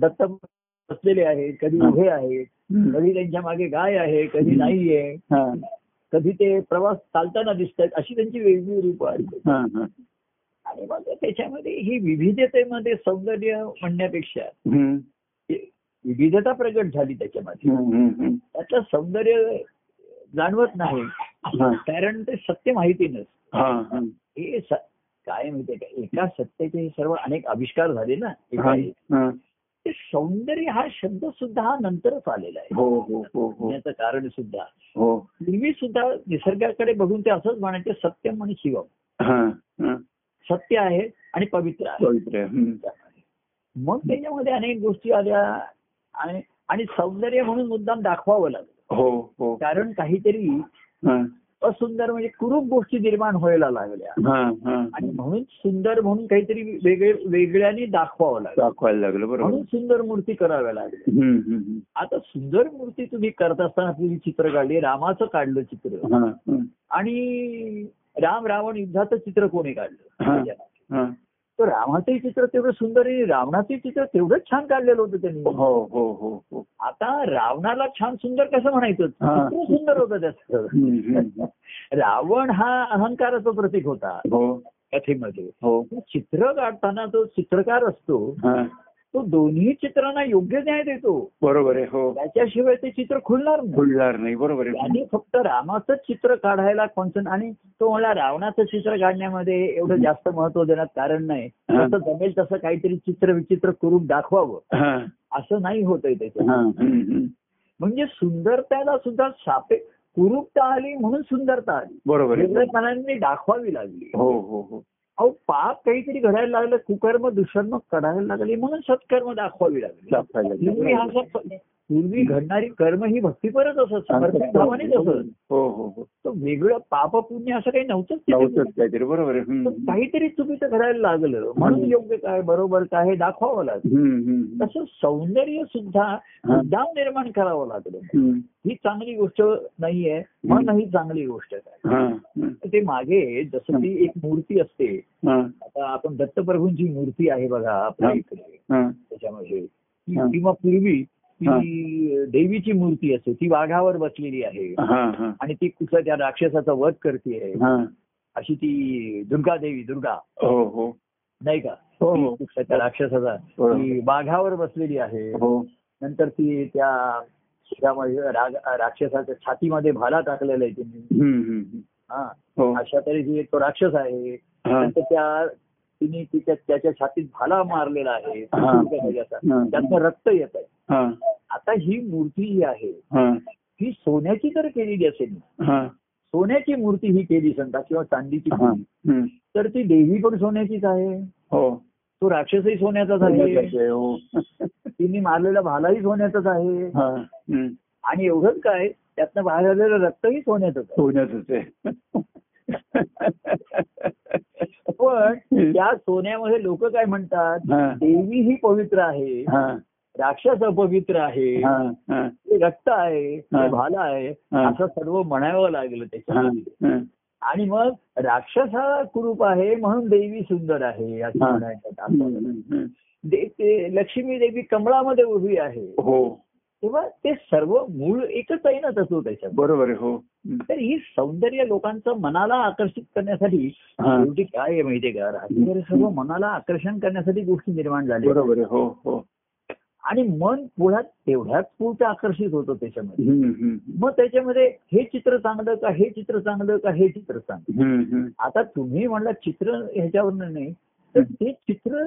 दत्त बसलेले आहेत कधी उभे आहेत हम्म. कधी त्यांच्या मागे गाय आहे कधी नाही आहे हा कधी ते प्रवास चालताना दिसत आहेत अशी त्यांची वेगळी रूपं आली हा हा आणि मग त्याच्यामध्ये ही विविधतेमध्ये सौंदर्य म्हणण्यापेक्षा हम्म. विविधता प्रगट झाली त्याच्यामध्ये हम्म, हम्म, हम्म. त्याचं सौंदर्य जाणवत नाही कारण ते सत्य माहिती नसतं हा हा हे स- काय माहितीये का एका सत्याचे हे सर्व अनेक आविष्कार झाले ना हा एका एक. हा. ते सौंदर्य हा शब्द सुद्धा हा नंतरच आलेला आहे हो हो हो हो याचं कारण सुद्धा हो पूर्वी सुद्धा निसर्गाकडे बघून ते असंच म्हणायचे सत्यम आणि शिवम हा हा सत्य आहे आणि पवित्र आहे पवित्र आहे. हम्म. मग त्याच्यामध्ये अनेक गोष्टी आल्या आणि आणि सौंदर्य म्हणून मुद्दाम दाखवावं लागलं हो हो कारण काहीतरी हा असुंदर म्हणजे कुरूप गोष्टी निर्माण व्हायला लागल्या हा हा आणि म्हणून सुंदर म्हणून काहीतरी वेगळे वेगळ्याने दाखवावं लागलं दाखवायला लागलं बरोबर म्हणून सुंदर मूर्ती कराव्या लागल्या हम्म, हम्म, आता सुंदर मूर्ती तुम्ही करत असताना तुम्ही चित्र काढले रामाचं काढलं चित्र हम्म. हा, हम्म, आणि राम रावण युद्धाचं चित्र कोणी हा. काढलं हा. तर रामाचंही चित्र तेवढं सुंदर आहे रावणाचंही चित्र तेवढंच छान काढलेलं होतं त्यांनी हो हो हो हो आता रावणाला छान सुंदर कसं म्हणायचं हा. चित्र सुंदर होतं त्याचं हम्म, हम्म. रावण हा अहंकाराचं प्रतीक होता हो कथेमध्ये हो म्हणजे चित्र काढताना जो चित्रकार असतो हा तो दोन्ही चित्रांना योग्य न्याय देतो बरोबर आहे हो त्याच्याशिवाय ते चित्र खुलणार नाही बोलणार नाही बरोबर आहे त्यांनी फक्त रामाचं चित्र काढायला कॉन्सन आणि तो मला रावणाचं चित्र काढण्यामध्ये एवढं जास्त महत्व देण्यात कारण नाही हा. जसं जमेल तसं काहीतरी चित्र विचित्र करून दाखवावं हा असं नाही होतंय त्याचं हा हम्म, हम्म. म्हणजे सुंदरतेला सुद्धा सापे कुरूपता आली म्हणून सुंदरता आली बरोबर आहे सुंदरपणाने दाखवावी लागली हो हो हो अहो पाप काहीतरी घडायला लागलं कुकर्म दुष्कर्म करायला लागले म्हणून सत्कर्म दाखवावी लागली दाखवायला लागलं. पूर्वी हा सब- पूर्वी घडणारी कर्म ही भक्तीपरच असत समर्पित भावानेच असत हो हो हो तो वेगळं पाप पुण्य असं काही नव्हतंच तिथे. लावतच काहीतरी बरोबर आहे हम्म, तर हम्म. काहीतरी चुकीचं घडायला लागलं म्हणून योग्य काय बरोबर काय हे दाखवावं लागलं हम्म, हम्म, तसं सौंदर्य सुद्धा मुद्दाम निर्माण करावं लागलं हम्म. ही चांगली गोष्ट नाहीये म्हणून ही चांगली गोष्ट आहे हा, हम्म. ते मागे जसं ती एक मूर्ती असते हा, आता आपण दत्तप्रभूंची मूर्ती आहे बघा आपल्या हा. इकडे हा. त्याच्यामध्ये ती- हा. किंवा पूर्वी हा. ती देवीची मूर्ती असते ती वाघावर बसलेली आहे हा, हा. आणि ती कुठल्या त्या राक्षसाचा वध करते हा. अशी ती दुर्गा देवी दुर्गा हो हो नाही का हो, ती हो. कुठल्या त्या राक्षसाचा हो. ती बाघावर बसलेली आहे हो नंतर ती त्या त्यामध्ये राग- राक्षसाच्या छातीमध्ये भाला टाकलेला आहे तिने हम्म, हम्म, हम्म. हा हो अशा तऱ्हेची तो राक्षस आहे हा. नंतर त्या तिने तिच्या त्याच्या छातीत भाला मारलेला आहे हा. हा. त्यातनं रक्त येत आहे हा, आता ही मूर्ती जी आहे हा, ही सोन्याची तर केलेली असेल हा, सोन्याची मूर्ती ही केली समजा किंवा चांदीची हा. हम्म. तर ती देवी पण सोन्याचीच आहे हो तो राक्षसही सोन्याचाच आहे हो तिने मारलेला भालाही सोन्याचाच आहे हा, हम्म. आणि एवढंच काय त्यातनं बाहेर आलेलं रक्तही सोन्याचंच आहे सोन्याचंच आहे पण त्या सोन्यामध्ये लोक काय म्हणतात हा. देवी ही पवित्र आहे हा, राक्षस अपवित्र आहे हा, हा, ते रक्त आहे हा. ते भाला आहे हा. असं सर्व म्हणावं लागलं हा, त्याच्यात हा. आणि मग राक्षस हा कुरूप आहे म्हणून देवी सुंदर आहे असं हा. म्हणायचं हम्म, आपण. हम्म, हम्म. दे- ते लक्ष्मी देवी कमळामध्ये उभी आहे हो तेव्हा ते सर्व मूळ एकच आहे ना तत्व त्याच्यात बरोबर आहे हो हम्म. तर ही सौंदर्य लोकांचं मनाला आकर्षित करण्यासाठी हा. शेवटी काय आहे माहितीये का राजकीय सर्व मनाला आकर्षण करण्यासाठी गोष्टी निर्माण झाल्या बरोबर आहे हो हो आणि मन पुढ्यात तेवढ्याच पुढचं आकर्षित होतं त्याच्यामध्ये हम्म, हम्म, मग त्याच्यामध्ये हे चित्र चांगलं का हे चित्र चांगलं का हे चित्र चांगलं हम्म, हम्वर आता तुम्ही म्हणला चित्र ह्याच्यावर नाही तर ते चित्र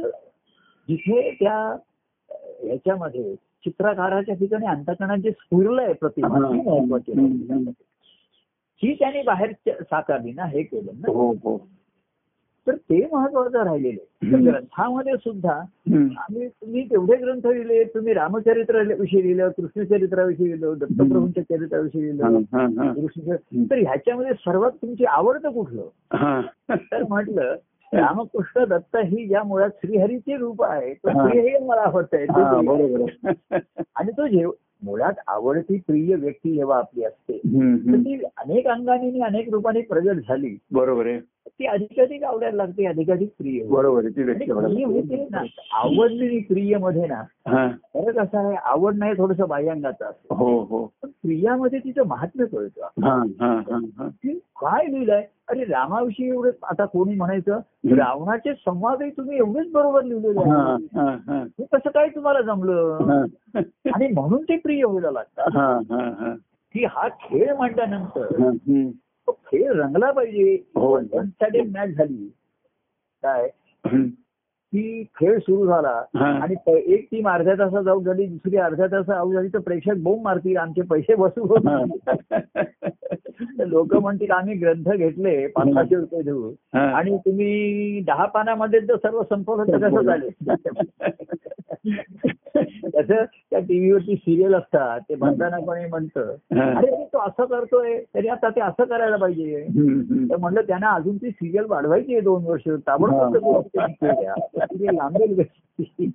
जिथे त्या अं, ह्याच्यामध्ये चित्रकाराच्या ठिकाणी अंतकणात जे स्फुरलं आहे प्रतिमा ती महत्वाची आहे. ही त्याने बाहेर च- साकारली ना हे केलं ना हो हो तर ते महत्वाचं राहिलेलं आहे तर हम्म. ग्रंथामध्ये सुद्धा हम्म, आम्ही तुम्ही तेवढे ग्रंथ लिहिले तुम्ही रामचरित्राविषयी लिहिलं कृष्णचरित्राविषयी लिहिलं दत्तप्रभूंच्या चरित्राविषयी हा, लिहिलं हा, हा. कृष्ण तर ह्याच्यामध्ये सर्वात तुमची आवडतं कुठलं हा. तर म्हटलं रामकृष्ण दत्त ही ज्या मुळात श्रीहरीचे रूप आहे तर हा. श्रीहरी मला आवडत हा, आहे बरोबर आहे. आणि तो जेव मुळात आवडती प्रिय व्यक्ती जेव्हा आपली असते हम्म, तर हम्म. ती अनेक अंगाने आणि अनेक रूपाने प्रगट झाली बरोबर आहे ती अधिकाधिक आवडायला लागते अधिकाधिक प्रिय होते. बरोबर आहे ती आणि व्यक्ती प्रिय आवडते. होते ना आवडलेली प्रियमध्ये ना हा फरक असा आहे आवड नाही थोडस बाह्यांगाचा असतो हो हो पण प्रियामध्ये तिचं महात्म्य कळतं हा हा हा हा की काय लिहिलंय अरे रामाविषयी एवढं आता कोणी म्हणायचं रावणाचे संवादही तुम्ही एवढेच बरोबर लिहिलेले हा, आहे हा, हा. हे कसं काय तुम्हाला जमलं हा, आणि म्हणून ते प्रिय व्हायला लागतात हा, हा, हा. की हा खेळ मांडल्यानंतर हम्म. तो खेळ रंगला पाहिजे हो. वन साइडेड मॅच झाली काय हम्म. की खेळ सुरू झाला हा. आणि प- एक टीम अर्ध्या तासात आऊट झाली दुसरी अर्ध्या तासात आऊट झाली तर प्रेक्षक बोंब मारतील आमचे पैसे वसूल हा. होतील लोक म्हणतील आम्ही ग्रंथ घेतले पाच पाचशे रुपये देऊ हा. आणि तुम्ही दहा पानामध्ये जर सर्व संपवलं तर कसं [LAUGHS] झाले तसं त्या टीव्हीवरती सिरियल असतात ते बंधना कोणी म्हणतं हा. अरे ते तो असं करतोय तरी आता ते असं करायला पाहिजे हम्म, हम्म. तर म्हणलं त्यांना अजून ती सिरियल वाढवायची आहे दोन वर्ष ताबडतोब हा. ते निघतील त्या. ते लांबेल [LAUGHS] व्यक्ती.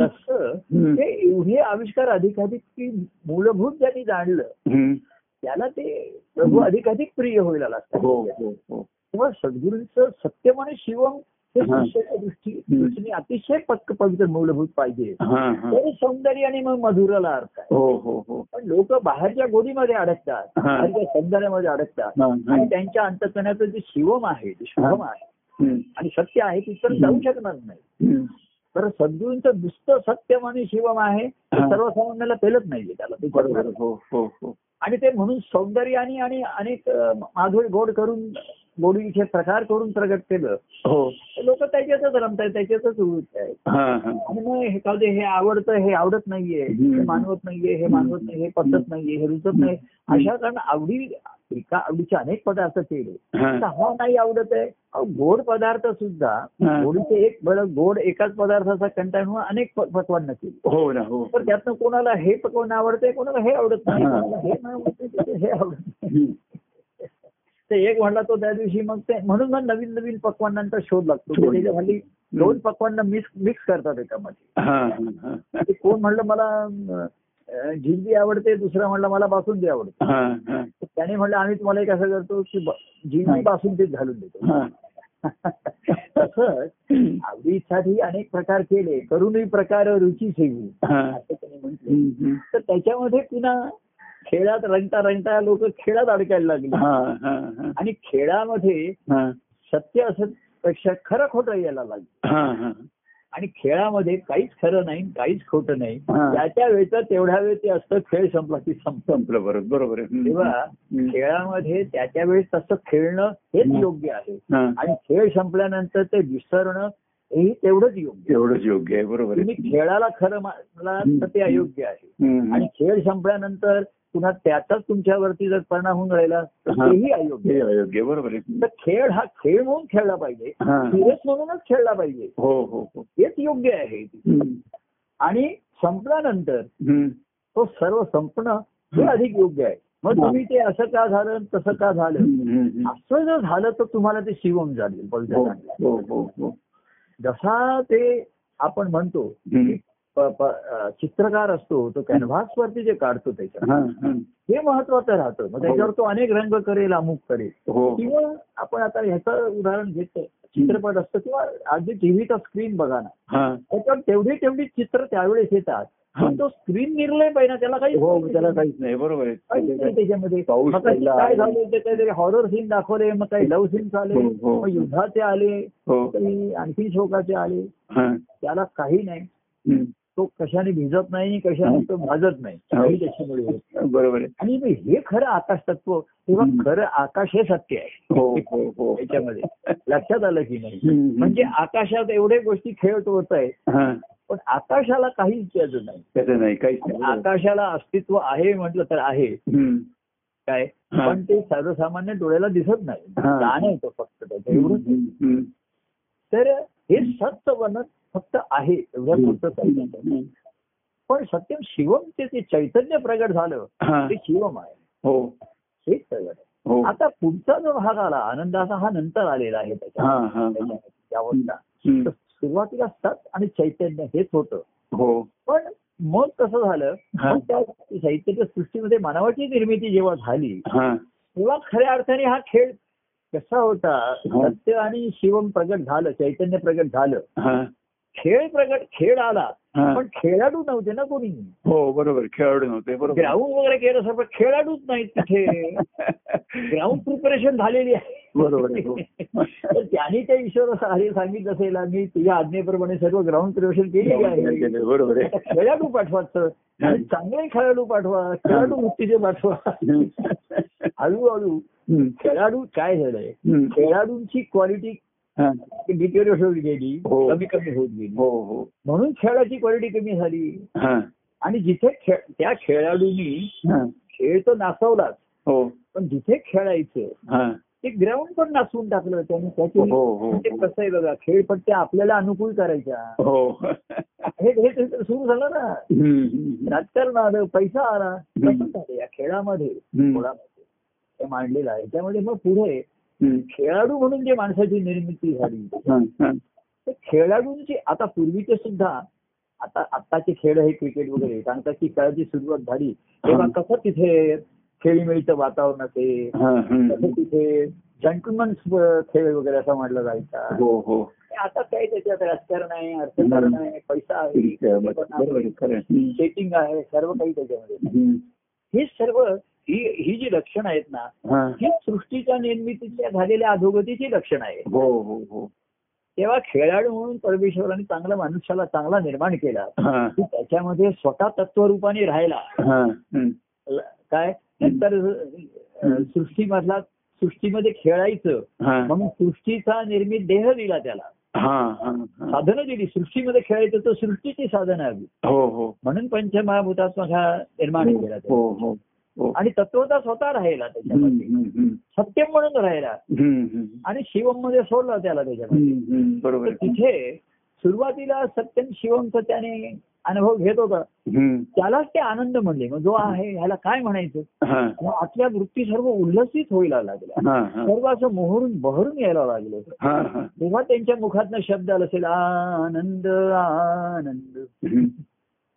तसं हम्म. ते एवढे आविष्कार अधिकाधिक की मूलभूत ज्यांनी जाणलं हम्म. त्याला ते प्रभू अधिकाधिक प्रिय व्हायला लागतात हो हो हो तेव्हा सद्गुरूंचं सत्यम आणि शिवम हे हा. शिष्याच्या दृष्टी हम्म. दृष्टीने अतिशय पक्क पवित्र मूलभूत पाहिजे हा, हा. तर सौंदर्य आणि मग मधुराला अर्थ आहे हो हो हो पण लोक बाहेरच्या गोडीमध्ये अडकतात हा. बाहेरच्या सौंदर्यामध्ये अडकतात हा, हा. आणि त्यांच्या अंतकरणाचं जे शिवम आहे ते शिवम हा. आहे हम्म, आणि सत्य आहे ती तर जाऊ शकणार नाही हम्म. तर सद्गुरूंचं नुसतं सत्यम आणि शिवम आहे ते हा. सर्वसामान्याला पेलत नाहीये त्याला ते बरोबर करणार. हो हो हो आणि ते म्हणून सौंदर्य आणि आणि अनेक अं, माधुरी गोड करून गोडीचे प्रकार करून प्रगट केलं हो लोक त्याच्यातच रमतायत त्याच्यातच उडत आहेत हा हा आणि मग हे का दे, हे आवडतं हे आवडत नाहीये हम्म. हे मानवत नाहीये हे मानवत नाही हे पटत नाहीये हे रुचत नाही अशा कारण आवडी एका आवडीचे अनेक पदार्थ केले हा आता हा नाही आवडत आहे अहो, गोड पदार्थ सुद्धा हा. गोडीचे एक बरं गोड एकाच पदार्थाचा कंटाळ म्हणून अनेक प- पक्वान्न केली हो ना हो तर त्यातनं कोणाला हे पकवान आवडतंय कोणाला हे आवडत नाही हा. कोणाला हे नाही आवडत हे आवडत नाही. हम्म. ते एक म्हणला तो त्या दिवशी मग ते म्हणून मग नवीन नवीन पक्वानांचा शोध लागतो शोध. ते त्याच्या हल्ली दोन पक्वांना मिक्स मिक्स करतात एकामध्ये हा हा हा ते कोण म्हणलं मला अं, जिलबी आवडते दुसरा म्हणला मला बासुंदी आवडते हा हा तर त्याने म्हणलं आम्ही तुम्हाला एक असं करतो की ब- जिलबी बासुंदीत घालून देतो [LAUGHS] हा तसंच आवडीसाठी अनेक प्रकार केले करूनही प्रकार रुची सेवी हा असं त्याने म्हटलं हम्म, हम्म. तर त्याच्यामध्ये पुन्हा खेळात रंगता रंगता लोक खेळात अडकायला लागले हा हा हा आणि खेळामध्ये हा सत्य असत पेक्षा खरं खोटं यायला लागलं हा हा आणि खेळामध्ये काहीच खरं नाही काहीच खोटं नाही हा. त्याच्या वेळचं तेवढ्या वेळ ते असतं खेळ संपला की संपलं संपलं बरोबर बरोबर आहे हम्म. तेव्हा हम्म. खेळामध्ये त्याच्या वेळेस तसं खेळणं हेच हं. योग्य आहे हा. आणि खेळ संपल्यानंतर ते विसरणं हेही तेवढंच योग्य एवढंच योग्य आहे बरोबर तुम्ही आहे खेळाला खरं मानला तर ते अयोग्य आहे हम्म. आणि खेळ संपल्यानंतर पुन्हा त्याचाच तुमच्यावरती जर परिणाम होऊन राहिला तर तेही अयोग्य आहे. हे अयोग्य आहे, बरोबर आहे तर खेळ हा खेळ म्हणून खेळला पाहिजे हा सिरियस म्हणूनच खेळला पाहिजे हो हो हो हेच योग्य आहे हम्म. आणि संपल्यानंतर हम्म. तो सर्व संपणं हे अधिक योग्य आहे मग तुम्ही ते असं का झालं तसं का झालं हम्म, हम्म. असं जर झालं तर तुम्हाला ते शिवम जाणवेल बोलता हो, जाणवेल. हो, हो, हो. जसा ते आपण म्हणतो हम्म. प- प- अं, चित्रकार असतो तो कॅनव्हास वरती जे काढतो त्याच्या हा, हा. हे महत्वाचं राहतं मग त्याच्यावर तो अनेक रंग करेल अमुक करेल हो किंवा आपण आता ह्याचं उदाहरण घेतो चित्रपट असतो किंवा आज टीव्हीचा स्क्रीन बघा ना हा त्याच्यावर तेवढी तेवढी चित्र त्यावेळेस येतात हा. पण तो स्क्रीन निर्लय पाहिजे त्याला काही हो त्याला काहीच नाही बरोबर काहीच नाही आहे त्याच्यामध्ये पाऊस मग काही पडला. काय झालं ते काहीतरी हॉरर सीन दाखवले मग काही लव्ह सीन आले हो, हो. मग युद्धाचे आले हो काही आणखी शोकाचे आले हा त्याला काही नाही हम्म. तो कशाने भिजत नाही कशाने तो भाजत नाही हो. काही त्याच्यामुळे होत नाही. बरोबर आहे आणि मग हे खरं आकाश तत्व तेव्हा हम्म. खरं आकाश हे सत्य आहे हो हो हो याच्यामध्ये लक्षात आलं की नाही हम्म, हम्म. म्हणजे आकाशात एवढे गोष्टी खेळत होत आहेत हा पण आकाशाला काहीच त्याचं नाही त्याचं नाही काहीच आणि नाही आकाशाला अस्तित्व आहे म्हटलं तर आहे हम्म. काय हा. पण ते सर्वसामान्य डोळ्याला दिसत नाही हा. जाणवतं फक्त त्याचं हम्म, एवढं हम्म, हम्म. तर हे सत्य बनत फक्त आहे एवढ्या पुरतं सांगितलं. हम्म. पण सत्यम शिवम ते जे चैतन्य प्रगट झालं हा ते शिवम आहे हो हेच प्रगट आहे. हो आता पुढचा जो भाग आला आनंदाचा हा नंतर आलेला आहे त्याच्या हा हा हा. त्याच्यामध्ये, त्यावरचा तर हम्म. सुरुवातीला सत आणि चैतन्य हेच होतं हो पण मग कसं झालं हा. मग त्या चैतन्य सृष्टीमध्ये मानवाची निर्मिती जेव्हा झाली हा तेव्हा खऱ्या अर्थाने हा खेळ कसा होता हा. सत्य आणि शिवम प्रगट झालं चैतन्य प्रगट झालं हा खेळ प्रगट खेळ आला हा पण खेळाडू नव्हते ना कोणी हो बरोबर खेळाडू नव्हते बरोबर ग्राउंड वगैरे केलं असं पण खेळाडूच नाहीत [LAUGHS] तिथे ग्राउंड प्रिपरेशन झालेली आहे बरोबर आहे, हो. [LAUGHS] तर त्याने त्या ईश्वर हरी सांगितलं असेल आम्ही तुझ्या आज्ञेप्रमाणे सर्व ग्राउंड प्रिपरेशन केलेली आहे बरोबर आता आहे खेळाडू पाठवा सर आणि चांगले खेळाडू पाठवा खेळाडू वृत्तीचे पाठवा हळूहळू हम्म. खेळाडू काय झालंय हम्म. खेळाडूंची क्वालिटी हा. डिटेरियर होत गेली हो. कमी कमी होत गेली हो हो म्हणून खेळाची क्वालिटी कमी झाली हा आणि जिथे खेळ त्या खेळाडूंनी हा खेळ तर नाचवलाच हो पण जिथे खेळायचं हा ते ग्राउंड पण नाचवून टाकलं त्याने त्याची हो, हो. म्हणजे कसं आहे बघा खेळपट्ट्या आपल्याला अनुकूल करायच्या हो हे हे तर सुरू झालं ना हम्म. राजकारण आलं पैसा आला हम्म. कसं झालं या खेळामध्ये हम्म. मुळामध्ये हे मांडलेलं आहे त्यामुळे मग पुढे हम्म. खेळाडू म्हणून जे माणसाची निर्मिती झाली हा, हा. तर खेळाडूंची आता पूर्वीचे सुद्धा आता आत्ताचे खेळ हे क्रिकेट वगैरे सांगताची खेळाची सुरुवात झाली तेव्हा कसं तिथे खेळीमेळीचं वातावरण असेल हा, तसं हम्म. तिथे जंटलमन खेळ वगैरे असा म्हटला जायचा हो हो आणि आता काही त्याच्यात राजकारण आहे अर्थकारण आहे पैसा बरोबर आहे, आहे खरं आहे. हम्म. सेटिंग आहे सर्व काही त्याच्यामध्ये हम्म. हे सर्व ही ही जी लक्षणं आहेत ना हा. ही सृष्टीच्या निर्मितीच्या झालेल्या अधोगतीची लक्षणं आहे हो हो हो तेव्हा खेळाडू म्हणून परमेश्वराने चांगला मनुष्याला चांगला निर्माण केला हा की त्याच्यामध्ये स्वतः तत्वरूपाने राहायला हा हम्म. ल- काय तर अं, सृष्टीमधला सृष्टीमध्ये खेळायचं हा म्हणून सृष्टीचा निर्मित देह दिला त्याला हा हा हा. साधनं दिली सृष्टीमध्ये खेळायचं तर सृष्टीची साधनं हवी हो हो म्हणून पंचमहाभूतात्मक हा निर्माण केला हो त्याने. हो हो आणि तत्वता स्वतः राहिला हम्म, त्याच्यामध्ये हम्म, हम्म. सत्यम म्हणून राहिला हम्म, हम्म. आणि शिवम मध्ये सोडला त्याला त्याच्यामध्ये हम्म, हम्म. बरोबर तर आहे. तिथे सुरुवातीला सत्यम शिवमचा त्याने अनुभव घेत होता हम्म. त्यालाच ते आनंद म्हणले मग जो आहे ह्याला काय म्हणायचं हा मग आतल्या वृत्ती सर्व उल्लसित व्हायला लागल्या हा हा सर्व असं मोहरून बहरून यायला लागलं हा हा तेव्हा त्यांच्या मुखातनं शब्द आला असेल आनंद आनंद हम्म.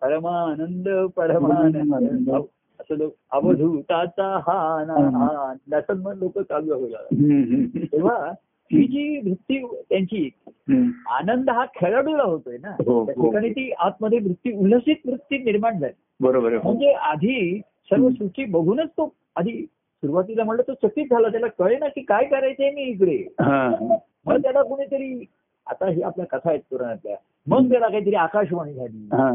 परमानंद परमानंद भाऊ, असं लोक अवधूताचा हा आनंद असं मग लोक चालू व्हायला लागले. हम्म, हम्म. तेव्हा ही जी वृत्ती त्यांची हम्म. आनंद हा खेळाडूला होतोय ना हो, हो. त्या ठिकाणी ती आतमध्ये वृत्ती उल्लसित वृत्ती निर्माण झाली बरोबर आहे हो. म्हणजे आधी सर्व सृष्टी बघूनच तो आधी सुरुवातीला म्हणलं तो चकित झाला त्याला कळे ना की काय करायचंय मी इकडे हा हा. मग त्याला कुणीतरी आता ही आपल्या कथा आहेत पुराणातल्या मग त्याला काहीतरी आकाशवाणी झाली हा.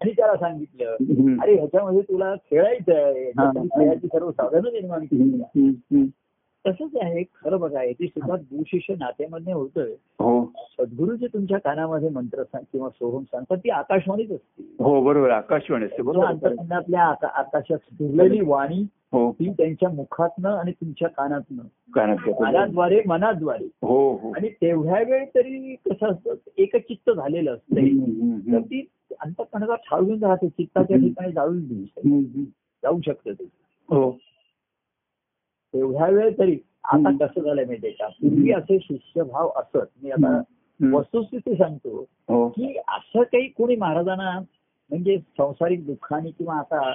आणि त्याला सांगितलं हम्म. अरे ह्याच्यामध्ये तुला खेळायचं आहे हा. त्यासाठी खेळाची सर्व साधनं निर्माण केली हम्म, हम्म, हम्म. तसंच आहे खरं बघा याची सुरुवात गुरुशिष्य नात्यामध्ये होतोय हो सद्गुरू जे तुमच्या कानामध्ये मंत्र सांग- किंवा सोहम सांगतात ती आकाशवाणीच असते हो बरोबर आहे. आकाशवाणी असते तुमच्या बरोबर आहे. अंतःकरणातल्या आका- आकाशात सुरलेली वाणी हो ती त्यांच्या मुखातनं आणि तुमच्या कानातनं कानात घेतो. कानाद्वारे मनाद्वारे हो हो आणि तेवढ्या वेळ तरी कसं असतं एकचित्त झालेलं असतं हम्म, हम्म, हो. तर ती अंतकणाला ठाळून राहते चित्ताच्या ठिकाणी जाळून देऊ शकते हम्म. जाऊ शकते ते हो तेवढ्या वेळ तरी आता हम्म. कसं झालंय माहितीये का पूर्वी असे शिष्यभाव असत मी आता हम्म. वस्तुस्थिती सांगतो हो की असं काही कोणी महाराजांना म्हणजे संसारिक दुःखाने किंवा आता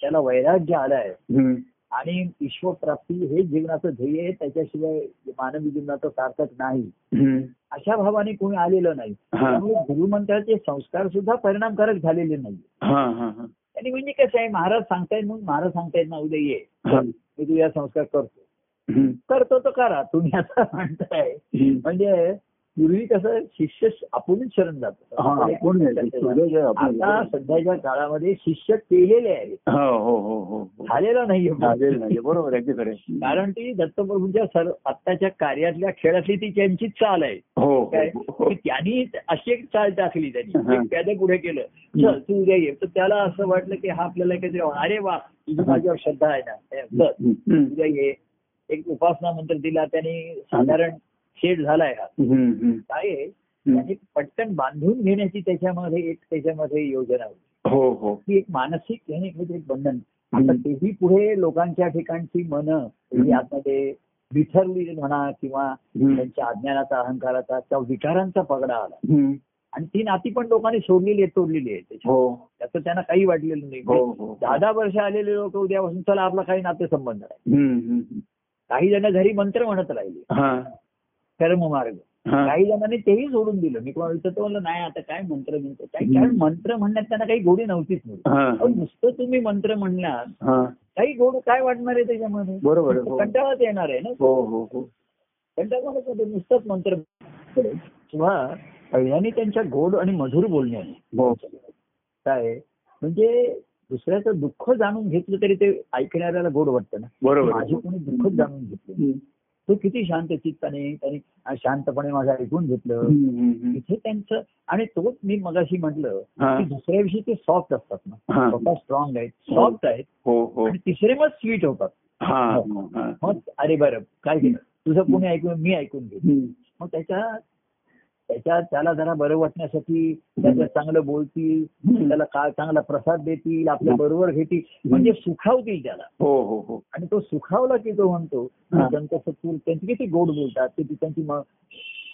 त्याला वैराग्य आलंय हम्म. आणि ईश्वरप्राप्ती हे जीवनाचं ध्येय आहे त्याच्याशिवाय मानवी जीवनाचं सार्थक नाही हम्म. अशा भावाने कोणी आलेलं नाही हा. त्यामुळे गुरुमंत्राचे संस्कार सुद्धा परिणामकारक झालेले नाही हा हा हा आणि म्हणजे कसं आहे महाराज सांगतायत म्हणून महाराज सांगतायत ना उद्या ये हा. मी तुझ्या संस्कार करतो हम्म. करतो तो करा तुम्ही आता म्हणताय हम्म. म्हणजे पूर्वी कसं शिष्य आपणच शरण जातो हा, आपण नाही, सूर्य आहे आपण. आता सध्याच्या काळामध्ये शिष्य केलेले आहेत हा, हो हो हो हो. झालेलं चालेल नाहीये नाही बरोबर आहे खरे कारण ती दत्तप्रभूंच्या सर्व आत्ताच्या कार्यातल्या खेळातली ती त्यांची चाल आहे हो काय? हो, हो की त्यांनी अशी एक चाल टाकली त्यांनी हा. एक त्याने पुढे केलं चल तू उद्या ये तर त्याला असं वाटलं की हा आपल्याला काहीतरी आवड- अरे वा तुझी माझ्यावर श्रद्धा आहे ना हे चल हम्म. उद्या ये एक उपासना मंत्र दिला त्यांनी साधारण शेड झालाय हा हम्म, हम्म. काय आहे हम्म. त्यांनी पटकन बांधून घेण्याची त्याच्यामध्ये एक त्याच्यामध्ये योजना होती हो हो ती एक मानसिक ह्याने काहीतरी एक बंधन आता तेही पुढे लोकांच्या ठिकाणची मन ही आतमध्ये विठरली म्हणा किंवा हम्म. त्यांच्या अज्ञानाचा अहंकाराचा त्या विकारांचा पगडा आला हम्म. आणि ती नाती पण लोकांनी सोडलेली आहेत तोडलेली आहेत त्याच्यात. हो त्याचं त्यांना काही वाटलेलं हो नाही हो दहा दहा वर्ष आलेले लोक उद्यापासून चला आपला काही नातेसंबंध नाही हम्म, हम्म. काही जण घरी मंत्र म्हणत राहिले हा कर्ममार्ग हा काही जणांनी तेही सोडून दिलं मी कोणाला विचारतो म्हणलं नाही आता काय मंत्र म्हणतो काय कारण मंत्र म्हणण्यात त्यांना काही गोडी नव्हतीच मुळी हा पण नुसतं तुम्ही मंत्र म्हणणार हा काही गोड काय वाटणार आहे त्याच्यामध्ये बरोबर आहे, हो. कंटाळाच येणार आहे ना हो हो हो कंटाळा कसं नुसतंच मंत्र किंवा पहिल्याने त्यांच्या गोड आणि मधुर बोलण्याने हो काय म्हणजे दुसऱ्याचं दुःख जाणून घेतलं तरी ते ऐकणाऱ्याला गोड वाटतं ना बरोबर माझे आहे. कोणी दुःख जाणून घेतलं हम्म. तो किती शांत चित्ताने त्याने शांतपणे माझं ऐकून घेतलं हम्म, हम्म, हम्म. तिथे त्यांचं आणि तोच मी मगाशी म्हटलं हा. की दुसऱ्याविषयी ते सॉफ्ट असतात ना हा. स्वतः स्ट्रॉंग आहेत हो. सॉफ्ट आहेत हो हो आणि तिसरे मग स्वीट होतात हा हा, हा. मग अरे बरं काय केलं तुझं कोणी ऐकून मी ऐकून घेतो हम्म. मग त्याच्या त्याच्या त्याला जरा बरं वाटण्यासाठी त्याचं चांगलं बोलतील त्याला का चांगला प्रसाद देतील आपल्या बरोबर घेतील म्हणजे सुखावतील त्याला हो हो हो आणि तो सुखावला की तो म्हणतो हा. त्यांचं सत्तूर त्यांची किती गोड बोलतात किती त्यांची मग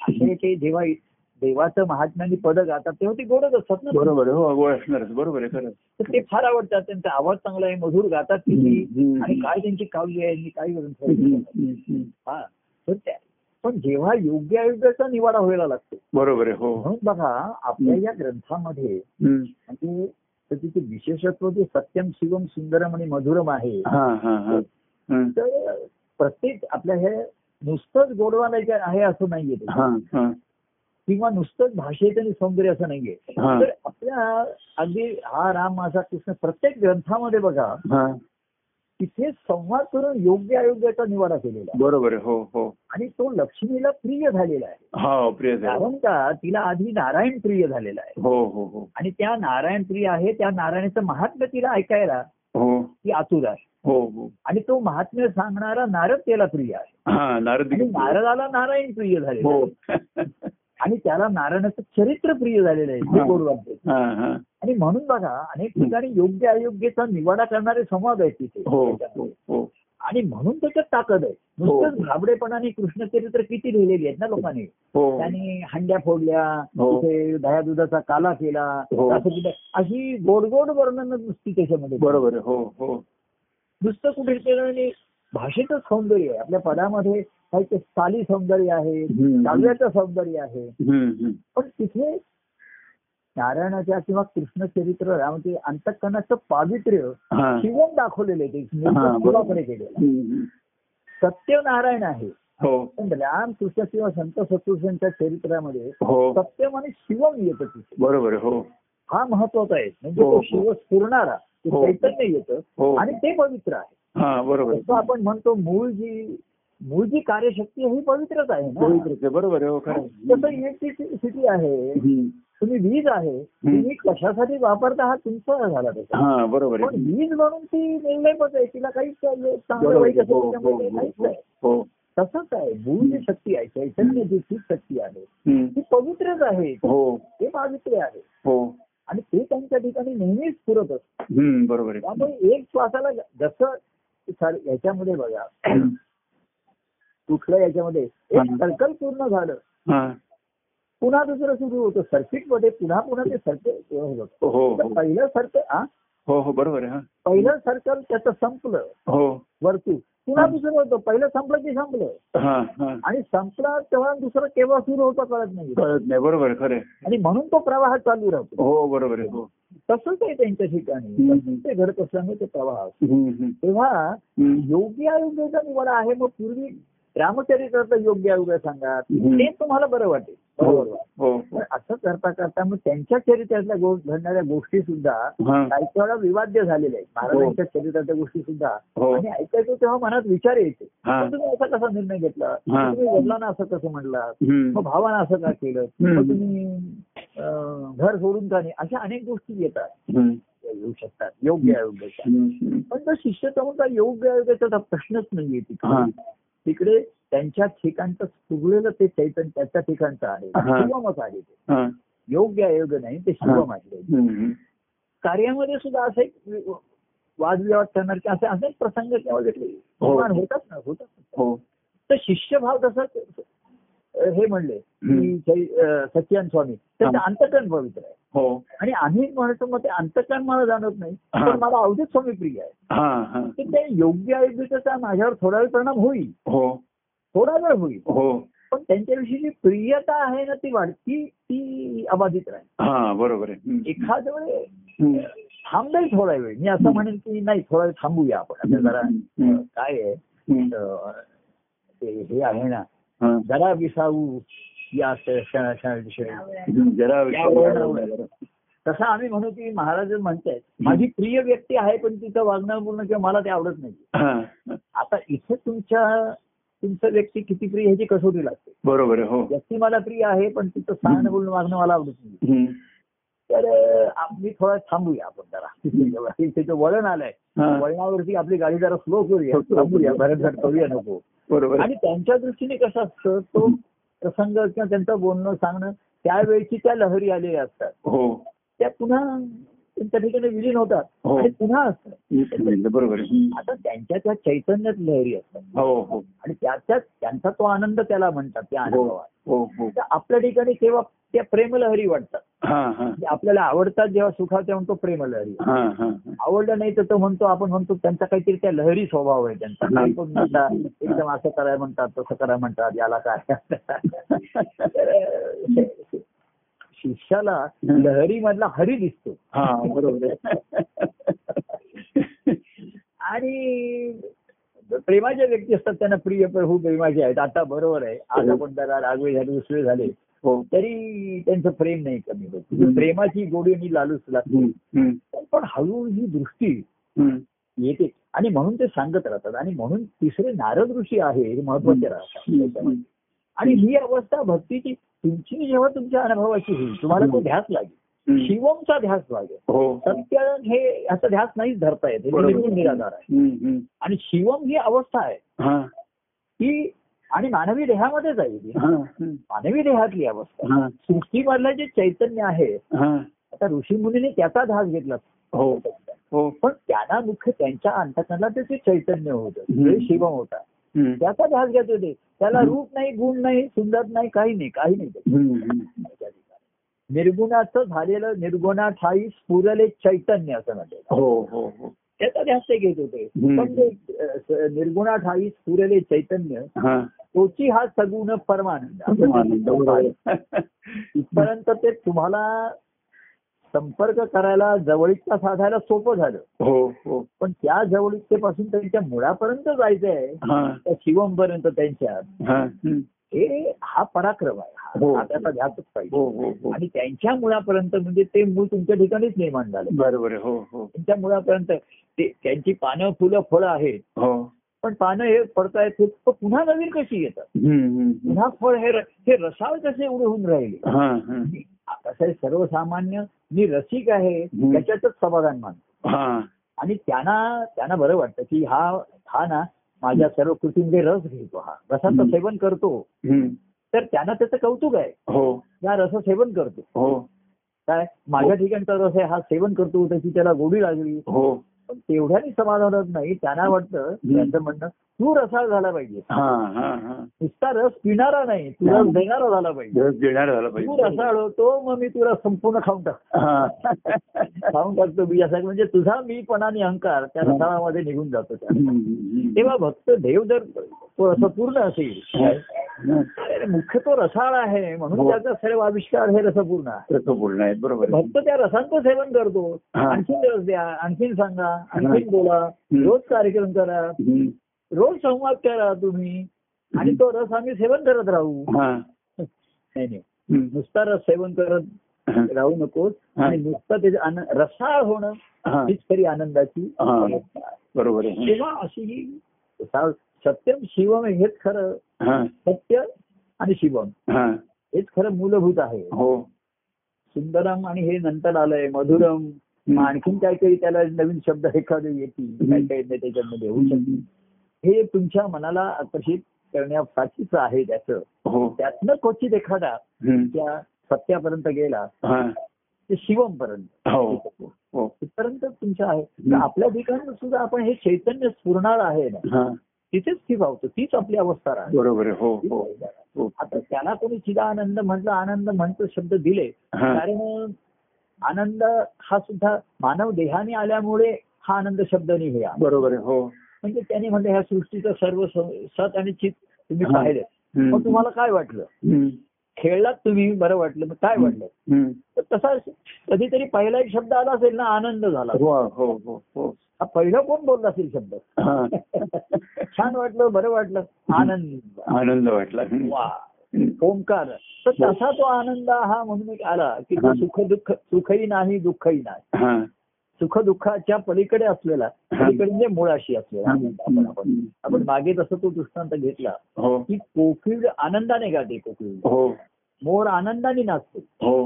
असे ते जेव्हा देवाचं महात्म्यांनी पद गातात तेव्हा ते गोडच असतात ना बरोबर आहे, हो अगोदर असणारच बरोबर आहे खरं तर ते फार आवडतात त्यांचा आवाज चांगला आहे मधुर गातात हम्म, किती हम्म. आणि काय त्यांची काव्य आहे आणि काय ग्रंथ हम्म, आहे. हम्म, हम्म. हा तर त्या- पण जेव्हा योग्य आयोगाचा निवाडा व्हायला लागतो बरोबर आहे हो म्हणून बघा आपल्या या ग्रंथामध्ये हम्म. म्हणजे त्याचं जे विशेषत्व जे सत्यम शिवम सुंदरम आणि मधुरम आहे हा हा हा हम्म. तर प्रत्येक आपल्या हे नुसतंच गोडवा नाही का- आहे असं नाहीये ते. हा हा किंवा नुसतंच भाषेत आणि सौंदर्य असं नाहीये हा. तर आपल्या अगदी हा राम माझा कृष्ण प्रत्येक ग्रंथामध्ये बघा हा तिथे संवाद करून योग्य अयोग्याचा निवाडा केलेला आहे. बरोबर आहे हो हो आणि तो लक्ष्मीला प्रिय झालेला आहे हा प्रिय झाला. कारण का तिला आधी नारायण प्रिय झालेला आहे हो हो हो आणि त्या नारायण प्रिय आहे त्या नारायणाचं महात्म्य तिला ऐकायला हो ती आतुर आहे हो हो आणि तो महात्म्य सांगणारा नारद त्याला प्रिय आहे हा नारद आणि गीत. नारदाला नारायण प्रिय झालेला हो [LAUGHS] आहे आणि त्याला नारायणाचं चरित्र प्रिय झालेलं आहे हे हा. गोड वाटते हा हा आणि म्हणून बघा अनेक ठिकाणी योग्य अयोग्यचा निवाडा करणारे संवाद आहेत हो तिथे हो हो आणि म्हणून त्याच्यात ताकद आहे हो. नुसतंच भाबडेपणाने कृष्ण चरित्र किती लिहिलेली आहेत ना लोकांनी हो त्यांनी हंड्या फोडल्या हो. तिथे दह्या दुधाचा काला केला हो. असं कुठं- अशी गोडगोड वर्णन नुसती त्याच्यामध्ये बरोबर आहे, हो हो नुसतं कुठे केलं भाषेचं सौंदर्य आहे आपल्या पदामध्ये काही ते साली सौंदर्य आहे हम्म. काव्याचं सौंदर्य आहे हम्म, हम्म. पण तिथे नारायणाच्या किंवा कृष्ण चरित्र म्हणजे अंतकरणाचं पावित्र्य हा शिवण दाखवलेलं आहे ते हा, बरोबर. शिवाकडे केलेलं हम्म, हम्म. सत्य नारायण आहे हो पण राम कृष्ण किंवा संत सत्पुरुषांच्या चरित्रामध्ये हो सत्यम आणि शिवम येतं तिथे बरोबर आहे, हो हा महत्वाचा आहे म्हणजे हो, तो हो. शिव स्फुरणारा ते हो. चैतन्य हो. येतं आणि ते पवित्र आहे हा बरोबर जसं आहे. आपण म्हणतो मूळ जी मूळ जी कार्यशक्ती आहे ही पवित्रच आहे ना पवित्रच आहे, बरोबर आहे, हो खरं आहे. जसं इलेक्ट्रिसिटी आहे हम्म. तुम्ही वीज आहे तुम्ही कशासाठी वापरता हा तुमचा झाला त्याचा हा बरोबर पण आहे वीज म्हणून ती निर्लेपच आहे तिला काहीच चांगलं चांगलं बरोबर वाईट आहे, असेल हो हो त्याच्यामध्ये हो, काहीच हो नाही हो तसंच आहे मूळ जी शक्ती आहे चैतन्य जी ती शक्ती आहे हम्म. ती पवित्रच आहे हो ते पावित्र्य आहे हो आणि ते त्यांच्या ठिकाणी नेहमीच पुरत असतं हम्म, बरोबर आहे त्यामुळे एक श्वासाला जसं संसार याच्यामध्ये बघा कुठल्या याच्यामध्ये एक सर्कल पूर्ण झालं हा. पुन्हा दुसरं सुरू होतं सर्किट मध्ये पुन्हा पुन्हा ते सर्किट होतं हो तर हो पहिलं सर्कल हा हो हो बरोबर आहे हा. पहिलं सर्कल त्याचं संपलं हो वरती पुन्हा दुसरं होतं पहिलं संपलं की संपलं हा हा आणि संपला तेव्हा दुसरं केव्हा सुरू होतं कळत नाही कळत नाही बरोबर आहे, खरं आहे. आणि म्हणून तो प्रवाह चालू राहतो हो बरोबर आहे हो तसंच आहे त्यांच्या ठिकाणी हम्म. तसंच ते घडत असल्यामुळे ते प्रवाह असतो. हम्म, हम्म. तेव्हा हम्म. योग्य आयोगाचा निवड आहे मग पूर्वी रामचरित्राचा योग्य आयोग सांगा हम्म. ते तुम्हाला बरं वाटेल बरोबर वाटेल. हो पण असं करता करता मग त्यांच्या चरित्रातल्या गो- घडणाऱ्या गोष्टी सुद्धा हा काही वेळा विवाद्य झालेल्या आहेत महाराजांच्या चरित्रातल्या गोष्टी सुद्धा हो आणि ऐकायचं तेव्हा मनात विचार यायचे हा पण तुम्ही असा कसा निर्णय घेतला हा. तुम्ही वडिलांना असं कसं म्हणला हम्म. मग भावानं असं का केलं हम्म. मग तुम्ही अं, घर सोडून का नाही अशा अनेक गोष्टी येतात हम्म. येऊ शकतात योग्य आयोगाच्या हम्म. पण तो शिष्यतमचा योग्य आयोगाचा तर प्रश्नच नाहीये हा. तिकडे तिकडे त्यांच्या ठिकाणचं सुगलेलं ते चैतन्य त्याच्या ठिकाणचं आहे हा. शिवमच आहे ते हा. योग्य आयोग नाही ते शिवम आहे हम्म. कार्यामध्ये सुद्धा असं एक वि- वादविवाद करणारे असे अनेक प्रसंग तेव्हा घेतले हो. निर्माण होतात ना होतात हो तर शिष्यभाव तसाच अं, हे म्हणले हम्म. की सई- अं, सच्चिदानंद स्वामी त्यांचं हा. अंतकरण पवित्र आहे हो आणि आम्ही म्हणतो मग ते अंतकरण मला जाणवत नाही हा. पण मला अवधूत स्वामी प्रिय आहे हा हा तर त्या योग्य आयुर्वेदाचा माझ्यावर थोडा वेळ परिणाम होईल हो थोडा वेळ होईल हो पण त्यांच्याविषयी जी प्रियता आहे ना ती वाढती ती अबाधित राहील हा बरोबर आहे हम्म. एखाद वेळ हम्म. थांबेल थोडा वेळ मी असं म्हणेन की नाही थोडा वेळ थांबूया आपण आता जरा हम्म. अं, काय आहे हम्म. अं, ते हे आहे ना हा. जरा विसावू या श- श- श- श- हम्म. जरा यावर- तसं आम्ही म्हणू की महाराज म्हणतायत माझी प्रिय व्यक्ती आहे पण तिचं वागणं बोलणं किंवा मला ते आवडत नाही हा. आता इथे तुमच्या तुमचं व्यक्ती किती प्रिय ह्याची कसोटी लागते बरोबर आहे हो व्यक्ती मला प्रिय आहे पण तिचं सांगणं बोलणं वागणं मला आवडत नाही हम्म. तर अं, आम्ही थोडा थांबूया आपण जरा इथे जे वळण आलंय हा. हो, वळणावरती आपली गाडी जरा स्लो करूया Slow करूया. थांबूया भरतघाट करूया नको बरोबर आहे. आणि त्यांच्या दृष्टीने कसं असतं तो प्रसंग किंवा त्यांचं बोलणं सांगणं त्यावेळची त्या लहरी आलेल्या असतात हो त्या पुन्हा त्यांच्या ठिकाणी विलीन होतात हो. आणि पुन्हा असतात बरोबर आहे. हम्म. आता त्यांच्या त्या चैतन्यात लहरी असतात हो हो आणि त्याच्यात त्यांचा तो आनंद त्याला म्हणतात त्या अनुभवात हो हो तर आपल्या ठिकाणी तेव्हा त्या प्रेमलहरी वाटतात हा हा म्हणजे आपल्याला आवडतात जेव्हा सुखात तेव्हा तो प्रेमलहरी हा हा आवडलं नाही तर तो म्हणतो आपण म्हणतो त्यांचा काहीतरी त्या लहरी स्वभाव आहे त्यांचा काही पण म्हणतात एकदम असं कराय म्हणतात तसं करा म्हणतात याला काय तर, अं, शिष्याला लहरी मधला हरी दिसतो हा [LAUGHS] बरोबर आहे. आणि प्रेमाच्या व्यक्ती असतात त्यांना प्रिय प्रभू प्रेमाचे आहेत आता बरोबर आहे आज आपण जरा रागवे झाले उसवे झाले हो तरी त्यांचं प्रेम नाही कमी होत हम्म. प्रेमाची गोडी आणि लालूच लागते हम्म. हम्म. पण हळूहळू ही दृष्टी हम्म. येते आणि म्हणून ते सांगत राहतात आणि म्हणून तिसरे नारद ऋषी आहे हे महत्वाचे राहतात हम्म. आणि ही अवस्था भक्तीची तुमची जेव्हा तुमच्या अनुभवाची होईल तुम्हाला तो ध्यास लागेल हम्म. शिवमचा ध्यास लागेल हो सत्य हे याचा ध्यास नाहीच धरता येत हे बरोबर. निर्गुण निराधार आहे हम्म. हम्म. आणि शिवम ही अवस्था आहे हा की आणि मानवी देहामध्येच आहे ती. हा हम्म. मानवी देहातली अवस्था हा सृष्टीमधलं जे चैतन्य आहे हा आता ऋषी मुनीने त्याचा ध्यास घेतला हो हो पण त्यांना मुख्य त्यांच्या अंतकरणात त्याचे चैतन्य होतं हम्म. जे शिवम होता हम्म. त्याचा ध्यास घेत होते त्याला हम्म. रूप नाही गुण नाही सुंदर नाही काही नाही काही नाही त्याच्यात. हम्म. हम्म. त्याच्या ठिकाणी. निर्गुणाचं झालेलं निर्गुणा ठाई स्फुरले चैतन्य असं म्हटलं हो हो हो त्याचा ध्यास ते घेत होते हम्म. पण ते अ, स- निर्गुणा ठाई स्फुरले चैतन्य हा तोची हा सगुण परमानंद आपण [LAUGHS] आनंद बरोबर आहे. इथपर्यंत ते तुम्हाला संपर्क करायला जवळीकता साधायला सोपं झालं हो हो पण त्या जवळीकतेपासून त्यांच्या मुळापर्यंत जायचं आहे हा त्या शिवमपर्यंत त्यांच्या हा हम्म. हे हा पराक्रम आहे हो. हा- हा त्याचा ध्यासच पाहिजे हो हो हो आणि त्यांच्या मुळापर्यंत म्हणजे ते मूळ तुमच्या ठिकाणीच निर्माण झालं बरोबर आहे. हो हो त्यांच्या मुळापर्यंत ते त्यांची पानं फुलं फळं आहेत हो पण पानं हे पडतायत ते प- पुन्हा नवीन कशी येतात हम्म. हम्म. पुन्हा फळ हे र- हे रसाळ कसे एवढे होऊन राहिले हा हा कसं आहे सर्वसामान्य मी रसिक आहे हम्म. त्याच्यातच समाधान मानतो हा आणि त्यांना त्यांना बरं वाटतं की हा हा ना माझ्या सर्व कृतीमध्ये रस घेतो हा रसाचं हम्म. सेवन करतो हम्म. तर त्यांना त्याचं कौतुक आहे हो या रस सेवन करतो हो काय माझ्या ठिकाणचा रस आहे हा सेवन करतो त्याची त्याला गोडी लागली हो पण तेवढ्याने समाधान होत नाही त्यांना वाटतं त्यांचं म्हणणं तू रसाळ झाला पाहिजे हा हा हा नुसता रस पिणारा नाही तू रस देणारा झाला पाहिजे दिवस देणार झाला तू पाहिजे रसाळ होतो मग मी तुला संपूर्ण खाऊन टाकतो [LAUGHS] हा. खाऊन टाकतो मी असं म्हणजे तुझा मीपणा आणि अहंकार त्या हा. रसाळामध्ये निघून जातो त्या हम्म, हम्म. तेव्हा भक्त देव जर तो असं पूर्ण असेल हा. हा. अरे मुख्य तो रसाळ आहे म्हणून हो. त्याचा सर्व आविष्कार हे रसपूर्ण आहे तसं बोलणं आहे बरोबर आहे. भक्त त्या रसांचं सेवन करतो हा. आणखीन रस द्या आणखीन सांगा आणखीन बोला रोज कार्यक्रम करा हम्म. रोज संवाद करा तुम्ही आणि तो रस आम्ही सेवन करत राहू हा. नाही नाही हम्म. नुसता रस सेवन करत हा. राहू नकोस हा. आणि नुसता त्याचा आन- रसाळ होणं हा. हीच खरी आनंदाची हा. अवस्था आहे. बरोबर आहे तेव्हा अशी ही सा- सत्यम शिवम हेच खरं हा. सत्य आणि शिवम हा. हेच खरं मूलभूत आहे हो सुंदरम आणि हे नंतर आलंय मधुरम मग आणखीन काय काही त्याला नवीन शब्द एखादे येतील काय काय त्याच्यामध्ये होऊ शकते हे तुमच्या मनाला आकर्षित करण्यासाठीच आहे त्याचं हो त्यातनं क्वचित एखादा हम्म. त्या सत्यापर्यंत गेला हा. ते शिवमपर्यंत हो हो तिथपर्यंत तुमच्या आहे तर आपल्या ठिकाणी सुद्धा आपण हे चैतन्य स्फुरणार आहे ना हा तिथेच ती भावतो तीच आपली अवस्था राहते बरोबर आहे हो हो हो आता त्याला कोणी चिदा आनंद म्हटलं आनंद म्हणतो शब्द दिले हा. कारण आनंद हा सुद्धा मानव देहाने आल्यामुळे हा आनंद शब्द निघ्या बरोबर आहे हो म्हणजे त्याने म्हणलं ह्या सृष्टीचं सर्व स- सत आणि चित तुम्ही हा. पाहिले हम्म. मग तुम्हाला काय वाटलं हम्म. खेळलात तुम्ही बरं वाटलं मग काय वाटलं हम्म. तर तसा कधीतरी पहिला एक शब्द आला असेल ना आनंद झाला हो हो हो हो हा पहिला कोण बोलला असेल शब्द हा. छान वाटलं बरं वाटलं आनंद आनंद वाटला हम्म. वा ओंकार तर तसा तो आनंद हा म्हणून एक आला की तो सुख दुःख सुखही नाही दुःखही नाही हा. सुख दुःखाच्या पलीकडे असलेला पलीकडे म्हणजे मुळाशी असलेला आनंद आपण आपण आपण मागे तसं तो दृष्टांत घेतला हो की कोकिळ आनंदाने गाते कोकिळ हो मोर आनंदाने नाचतो हो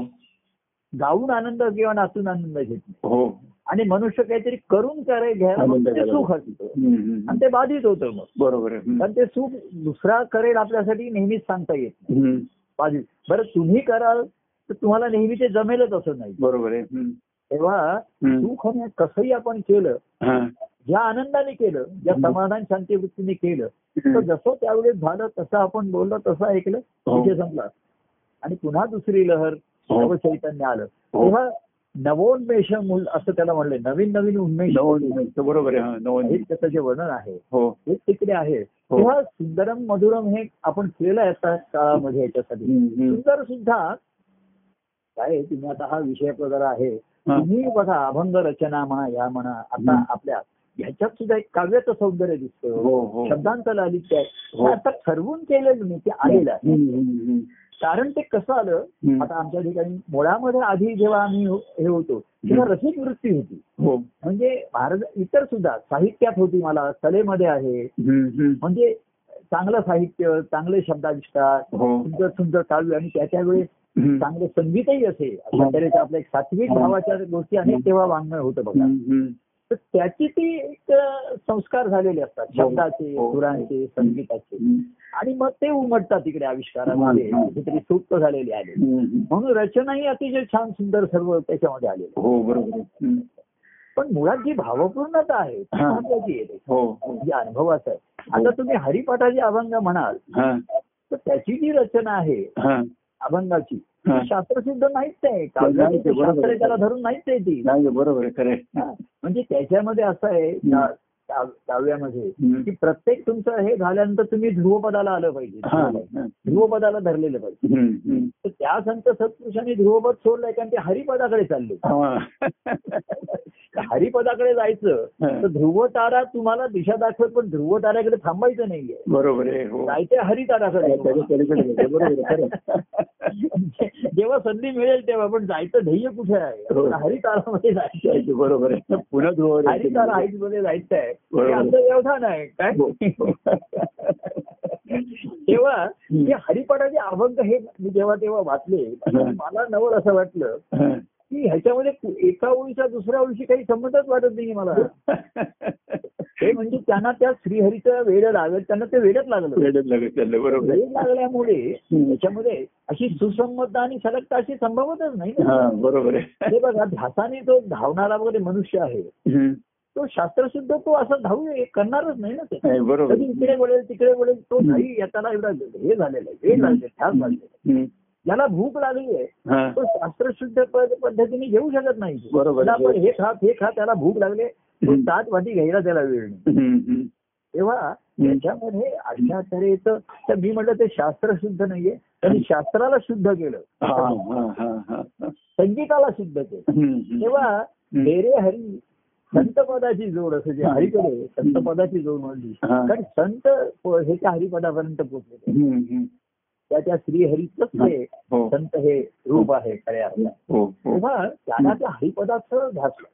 गाऊन आनंद किंवा नाचून आनंद घेत नाही हो आणि मनुष्य काहीतरी करून करे घ्यायला आनंद ते घ्यायला. सुख असतं हम्म, हम्म. आणि ते बाधित होतं मग बरोबर आहे हम्म. पण ते सुख दुसरा करेल आपल्यासाठी नेहमीच सांगता येत नाही हम्म. बाधित बरं तुम्ही कराल तर तुम्हाला नेहमी ते जमेलच असं नाही बरोबर आहे हम्म. तेव्हा हम्म. सुख आणि कसंही आपण केलं हा. ज्या आनंदाने केलं ज्या समाधान शांती वृत्तीने केलं तर हम्म. जसं त्यावेळेस झालं तसं आपण बोललो तसं ऐकलं हो. विषय संपला आणि पुन्हा दुसरी लहर हो. नव चैतन्य आलं हो. तेव्हा नवोन्मेष मूल असं त्याला म्हणलंय नवीन नवीन उन्मेष नवोन्मेष. बरोबर आहे हा हे नवोन्मेष. त्याचं जे वर्णन आहे हो हे तिकडे आहे तेव्हा सुंदरम मधुरम हे आपण केलं आहे आता काळामध्ये याच्यासाठी हम्म, हम्म. सुंदर सुद्धा काय आहे, तुम्ही आता हा विषय प्रकार आहे हा. तुम्ही बघा अभंग रचना म्हणा या म्हणा आता हम्म. आपल्या ह्याच्यात सुद्धा एक काव्याचं सौंदर्य दिसतं हो हो शब्दांचं लालित्य हो. आहे आता ठरवून केलेलं नाही ते आलेलं आहे हम्म, हम्म, हम्म. कारण ते कसं आलं हम्म. आता आमच्या ठिकाणी मुळामध्ये आधी जेव्हा आम्ही हो- हे होतो तेव्हा रसिक वृत्ती होती हो म्हणजे भारत इतर सुद्धा साहित्यात होती मला कलेमध्ये आहे हम्म, हम्म. म्हणजे चांगलं साहित्य चांगले शब्दाविष्कार हो सुंदर सुंदर काव्य आणि त्याच्या वेळेस हम्म. चांगलं संगीतही असेल हो. अशा तऱ्हेचं आपलं एक सात्विक भावाच्या गोष्टी अनेक तेव्हा वाङ्मय होतं बघा हम्म, हम्म. तर त्याची ती एक अ, संस्कार झालेले असतात हो. शब्दाचे हो. सुरांचे संगीताचे हम्म, आणि मग ते उमटतात तिकडे आविष्कारामध्ये हम्म. कुठेतरी सुप्त झालेले आले हम्म. म्हणून रचना ही अतिशय छान सुंदर सर्व त्याच्यामध्ये आलेली हो बरोबर आहे. हम्म. पण मुळात जी भावपूर्णता आहे ती हा. महत्वाची आहे हो हो जी अनुभवाचं आहे आता तुम्ही हरिपाठाचे अभंग म्हणाल हा तर त्याची जी रचना आहे हा अभंगाची हा. ती शास्त्रसिद्ध नाहीच आहे नाही, ते बरोबर आहे. शास्त्र त्याला धरून नाहीच आहे ती नाही बरोबर आहे खरे हा. म्हणजे त्याच्यामध्ये असं आहे का- का- काव्यामध्ये की प्रत्येक तुमचं हे झाल्यानंतर तुम्ही ध्रुवपदाला आलं हा पाहिजे हा. ध्रुवपदाला धरलेलं पाहिजे हम्म, हम्म. तर त्या संत सत्पुरुषांनी ध्रुवपद सोडलंय कारण ते हरिपदाकडे चालले हा. हरिपदाकडे जायचं हा. तर ध्रुव तारा तुम्हाला दिशा दाखवत पण ध्रुव ताऱ्याकडे थांबायचं नाहीये बरोबर आहे हो जायचंय हरिताराकडे त्याच्या पलीकडे गेलं. बरोबर आहे खरं म्हणजे जेव्हा संधी मिळेल तेव्हा पण जायचं ध्येय कुठे हो. आहे हरितारामध्ये जायचं आहे त्याच्या बरोबर आहे पुन्हा ध्रुवावर यायचं. हरितारा हाईट मध्ये जायचं आहे हे बरोबर. आमचं व्यवधान आहे काय हो. तेव्हा जे हरिपाठाचे अभंग हे मी जेव्हा तेव्हा वाचले हा. मला नवल असं वाटलं हा. की ह्याच्यामध्ये कु- एका ओळीचा दुसऱ्या ओळीशी काही संबंधच वाटत नाही मला हो. हे म्हणजे त्यांना त्या श्रीहरीचं वेळ लागत त्यांना ते वेळच लागलं वेड्यात लगत चाललंय बरोबर वेळ आहे. लागल्यामुळे त्याच्यामध्ये अशी सुसंबद्धता आणि सलगता अशी संभवतच नाही ना हा बरोबर आहे हे बघा ध्यासाने जो धावणारा वगैरे मनुष्य आहे हम्म. तो शास्त्र सुद्धा तो असा धावू हे करणारच नाही ना ते नाही, बरोबर कधी इकडे बोलेल तिकडे बोलेल तो हो. हम्म. नाही येताना एवढा हे झालेलं आहे वेळ लागले ठास लागले हम्म. ज्याला भूक लागली आहे हा. तो शास्त्रशुद्ध प- पद्धतीने घेऊ शकत नाही बरोबर. त्याला आपण हे खा हे खा त्याला भूक लागले तो हम्म. सात वाटी घ्यायला त्याला वेळ नाही हम्म, हम्म. तेव्हा त्याच्यामध्ये अशा तऱ्हेचं तर मी म्हटलं ते शास्त्र शुद्ध नाहीये त्यांनी शास्त्राला शुद्ध केलं हा, हा, हा, हा, हा. संगीताला शुद्ध केलं हम्म, हम्म. तेव्हा हम्म. बेरे हरी संतपदाची जोड असं जे हरीकडे संतपदाची जोड म्हणली हा. कारण संत प- हे त्या हरिपदापर्यंत पोहोचले हम्म, हम्म. त्या त्या श्रीहरीच हे हो संत हे रूप आहे खऱ्या अर्थात हो हो तेव्हा त्याला त्या हरिपदाचं भासलं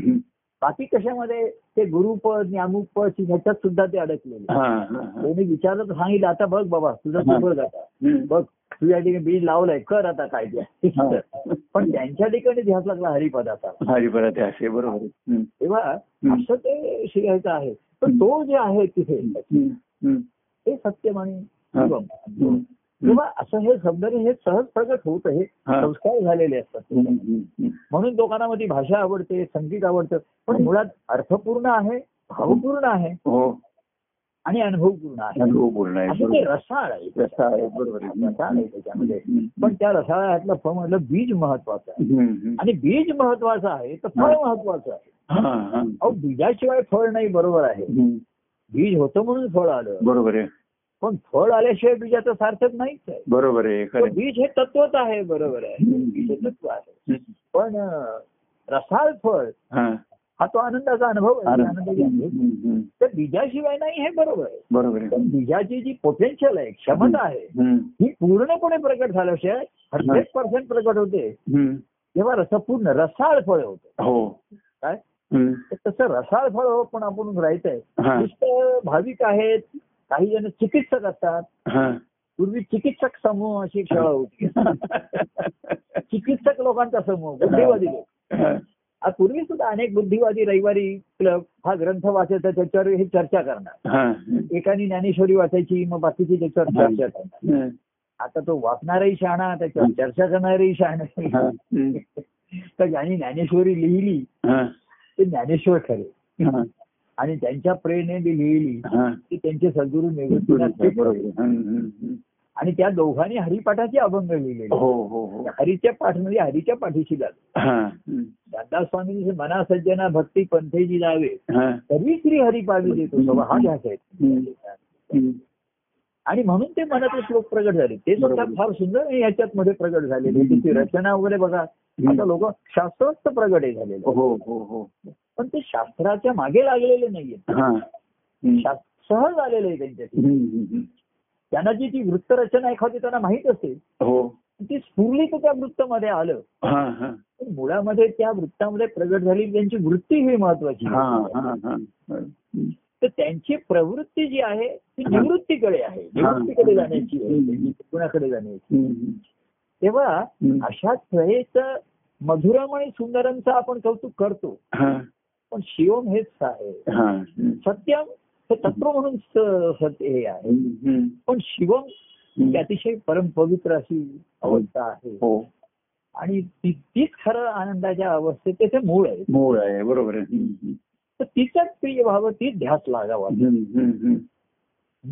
हम्म. बाकी कशामध्ये ते गुरुपद ज्ञामुपद ह्याच्यात सुद्धा ते अडकलेले हा, हा, हा. कोणी विचारलं तर सांगितलं आता बघ बाबा तुझं तू बघ आता हम्म. बघ तू या ठिकाणी बीज लावलंय कर आता काय ते हा. पण त्यांच्या ठिकाणी ध्यास लागला हरिपदाचा हरिभरा ते असे बरोबर आहे. हम्म, तेव्हा असं ते शिकायचं आहे पण तो जे आहे तिथे हम्म, हम्म. ते सत्यम आणि हा. शिवम. हम्म, तेव्हा असं हे सौंदर्य हे सहज प्रगट होत हे हा. संस्कार झालेले असतात हम्म, हम्म, हम्म. म्हणून लोकांना मध्ये भाषा आवडते संगीत आवडतं पण मुळात अर्थपूर्ण आहे भावपूर्ण आहे हो आणि अनुभवपूर्ण आहे हो बोलणं आहे असं ते बरोबर. रसाळ आहे रसाळ आहे, बरोबर आहे. रसाळ आहे त्याच्यामध्ये हम्म. पण त्या रसाळ्यातलं फळ म्हटलं बीज महत्वाचं आहे हम्म, हम्म. आणि बीज महत्वाचं आहे तर फळ महत्वाचं आहे हा, हा. अहो बीजाशिवाय फळ नाही बरोबर आहे हम्म. बीज होतं म्हणून फळ आलं बरोबर आहे पण फळ आल्याशिवाय बीजाचं सार्थक नाहीच आहे बरोबर आहे तर खरं आहे. बीज हे तत्वच आहे बरोबर आहे बीज हे तत्व आहे हम्म. पण अं, रसाळ फळ हा. हा तो आनंदाचा अनुभव आहे आनंदाची अनुभूती. हम्म, हम्म. तर बीजाशिवाय नाही हे बरोबर आहे बरोबर आहे पण बीजाची जी पोटेन्शियल आहे क्षमता आहे हम्म, ही पूर्णपणे प्रकट झाल्याशिवाय हंड्रेड पर्सेंट प्रकट होते हम्म. तेव्हा रसपूर्ण रसाळ फळ होतं हो काय हम्म. तर तसं रसाळ फळ हो पण आपण राहायचंय हा. नुसतं भाविक आहेत काही जण चिकित्सक असतात हा. पूर्वी चिकित्सक समूह अशी शाळा होती चिकित्सक लोकांचा समूह बुद्धिवादी लोक हा. आज पूर्वी सुद्धा अनेक बुद्धिवादी रविवारी क्लब हा ग्रंथ वाचायचा त्याच्यावर हे चर्चा करणार हा. एकाने ज्ञानेश्वरी वाचायची मग बाकीची त्याच्यावर चर्चा करणार हा. आता तो वाचणाराही शहाणा त्याच्यावर चर्चा करणाराही शहाणा हा. हम्म. तर ज्यांनी ज्ञानेश्वरी लिहिली हा. ते ज्ञानेश्वर खरे हा. आणि त्यांच्या प्रेरणेने जी लिहिली हा. ती त्यांचे सद्गुरू हो, बरोबर निवृत्तीनाथ आहे, ठेकर. बरोबर आहे. हम्म, हम्म, आणि त्या दोघांनी हरिपाठाचे अभंग लिहिलेले हम्म. हो हो हो हरीच्या पाठ म्हणजे हरीच्या पाठीशी लागले हा. हम्म. दादा स्वामींनी मना सज्जना भक्ती पंथेची जावे हा. तरी श्री हरिपावी देतो सवा हा ध्यास आहे हम्म. आणि म्हणून ते मनातले श्लोक प्रगट झाले ते सुद्धा बरोबर. फार सुंदर आणि याच्यात मध्ये प्रगट झालेले हम्म. त्याची रचना वगैरे बघा आता लोक शास्त्रोक्त प्रगट आहे झालेले हो हो हो पण ते शास्त्राच्या मागे लागलेले नाहीये हा. हम्म. शास्त्र सहज आलेले आहे त्यांच्याशी हम्म, हम्म, हम्म. त्यांना जी ती वृत्तरचना एखादी त्यांना माहीत असेल हो ती स्फुरली तर त्या वृत्तमध्ये आलं हा हा पण मुळामध्ये त्या वृत्तामध्ये प्रगट झाली त्यांची वृत्ती ही महत्वाची हा हा हा हम्म. तर त्यांची प्रवृत्ती जी आहे ती हा. निवृत्तीकडे आहे निवृत्तीकडे जाण्याची आहे त्यांची गुणाकडे जाण्याची हम्म. तेव्हा हम्म. अशा तऱ्हेचं मधुरम आणि सुंदरमचं आपण कौतुक करतो हा पण शिवम हेच आहे हा हम्म. सत्यम हे तत्व म्हणून स- सत्य हे आहे हम्म, हम्म. पण शिवम ही हम्म. अतिशय परमपवित्र अशी अवस्था आहे हो आणि ती तीच खरं आनंदाच्या अवस्थेत त्याचे मूळ आहे मूळ आहे बरोबर आहे हम्म, तर तिचाच प्रिय व्हावं तीच ध्यास लागावा हम्म, हम्म, हम्म.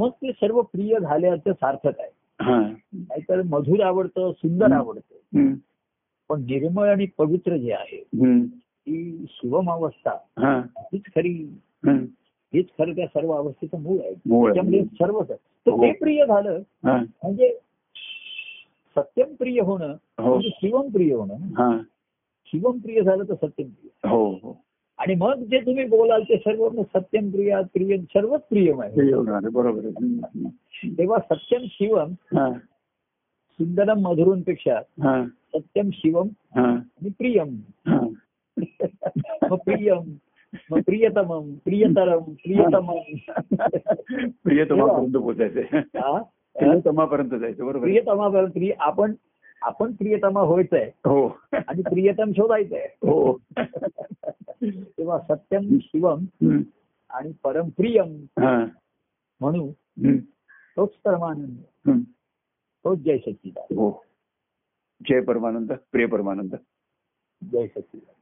मग ते सर्व प्रिय झाल्याचं सार्थक आहे हा नाहीतर मधुर आवडतं सुंदर हम्म. आवडतं हम्म, पण निर्मळ आणि पवित्र जे आहे हम्म. ती शिवम अवस्था हा हीच खरी हम्म. हेच खरं त्या सर्व अवस्थेचं मूळ आहे मूळ आहे. त्याच्यामध्ये सर्वच आहे. तर ते प्रिय झालं हा म्हणजे सत्यम प्रिय होणं हो. म्हणजे शिवम प्रिय होणं ना. हा शिवम प्रिय झालं तर सत्यम प्रिय हो हो आणि मग जे तुम्ही बोलाल ते सर्व मग सत्यम प्रिय प्रिय सर्वच प्रियम आहे ते योग्य आहे, बरोबर आहे हम्म, हम्म. तेव्हा सत्यम शिवम हा सुंदरम मधुरूंपेक्षा हा सत्यम शिवम हा आणि प्रियम हा मग प्रियम मग प्रियतमम प्रियतरम प्रियतमम प्रियतमापर्यंत पोचायचंय हा? प्रियतमापर्यंत जायचं बरोबर आहे? प्रियतमा प्रिय आपण आपण प्रियतमा व्हायचंय हो आणि प्रियतम शोधायचंय हो तेव्हा सत्यम शिवम हम्म. आणि परम प्रियम हा म्हणू हम्म, तोच परमानंद हम्म. तोच जय शक्तीदा हो जय परमानंद प्रिय परमानंद जय शक्तीदा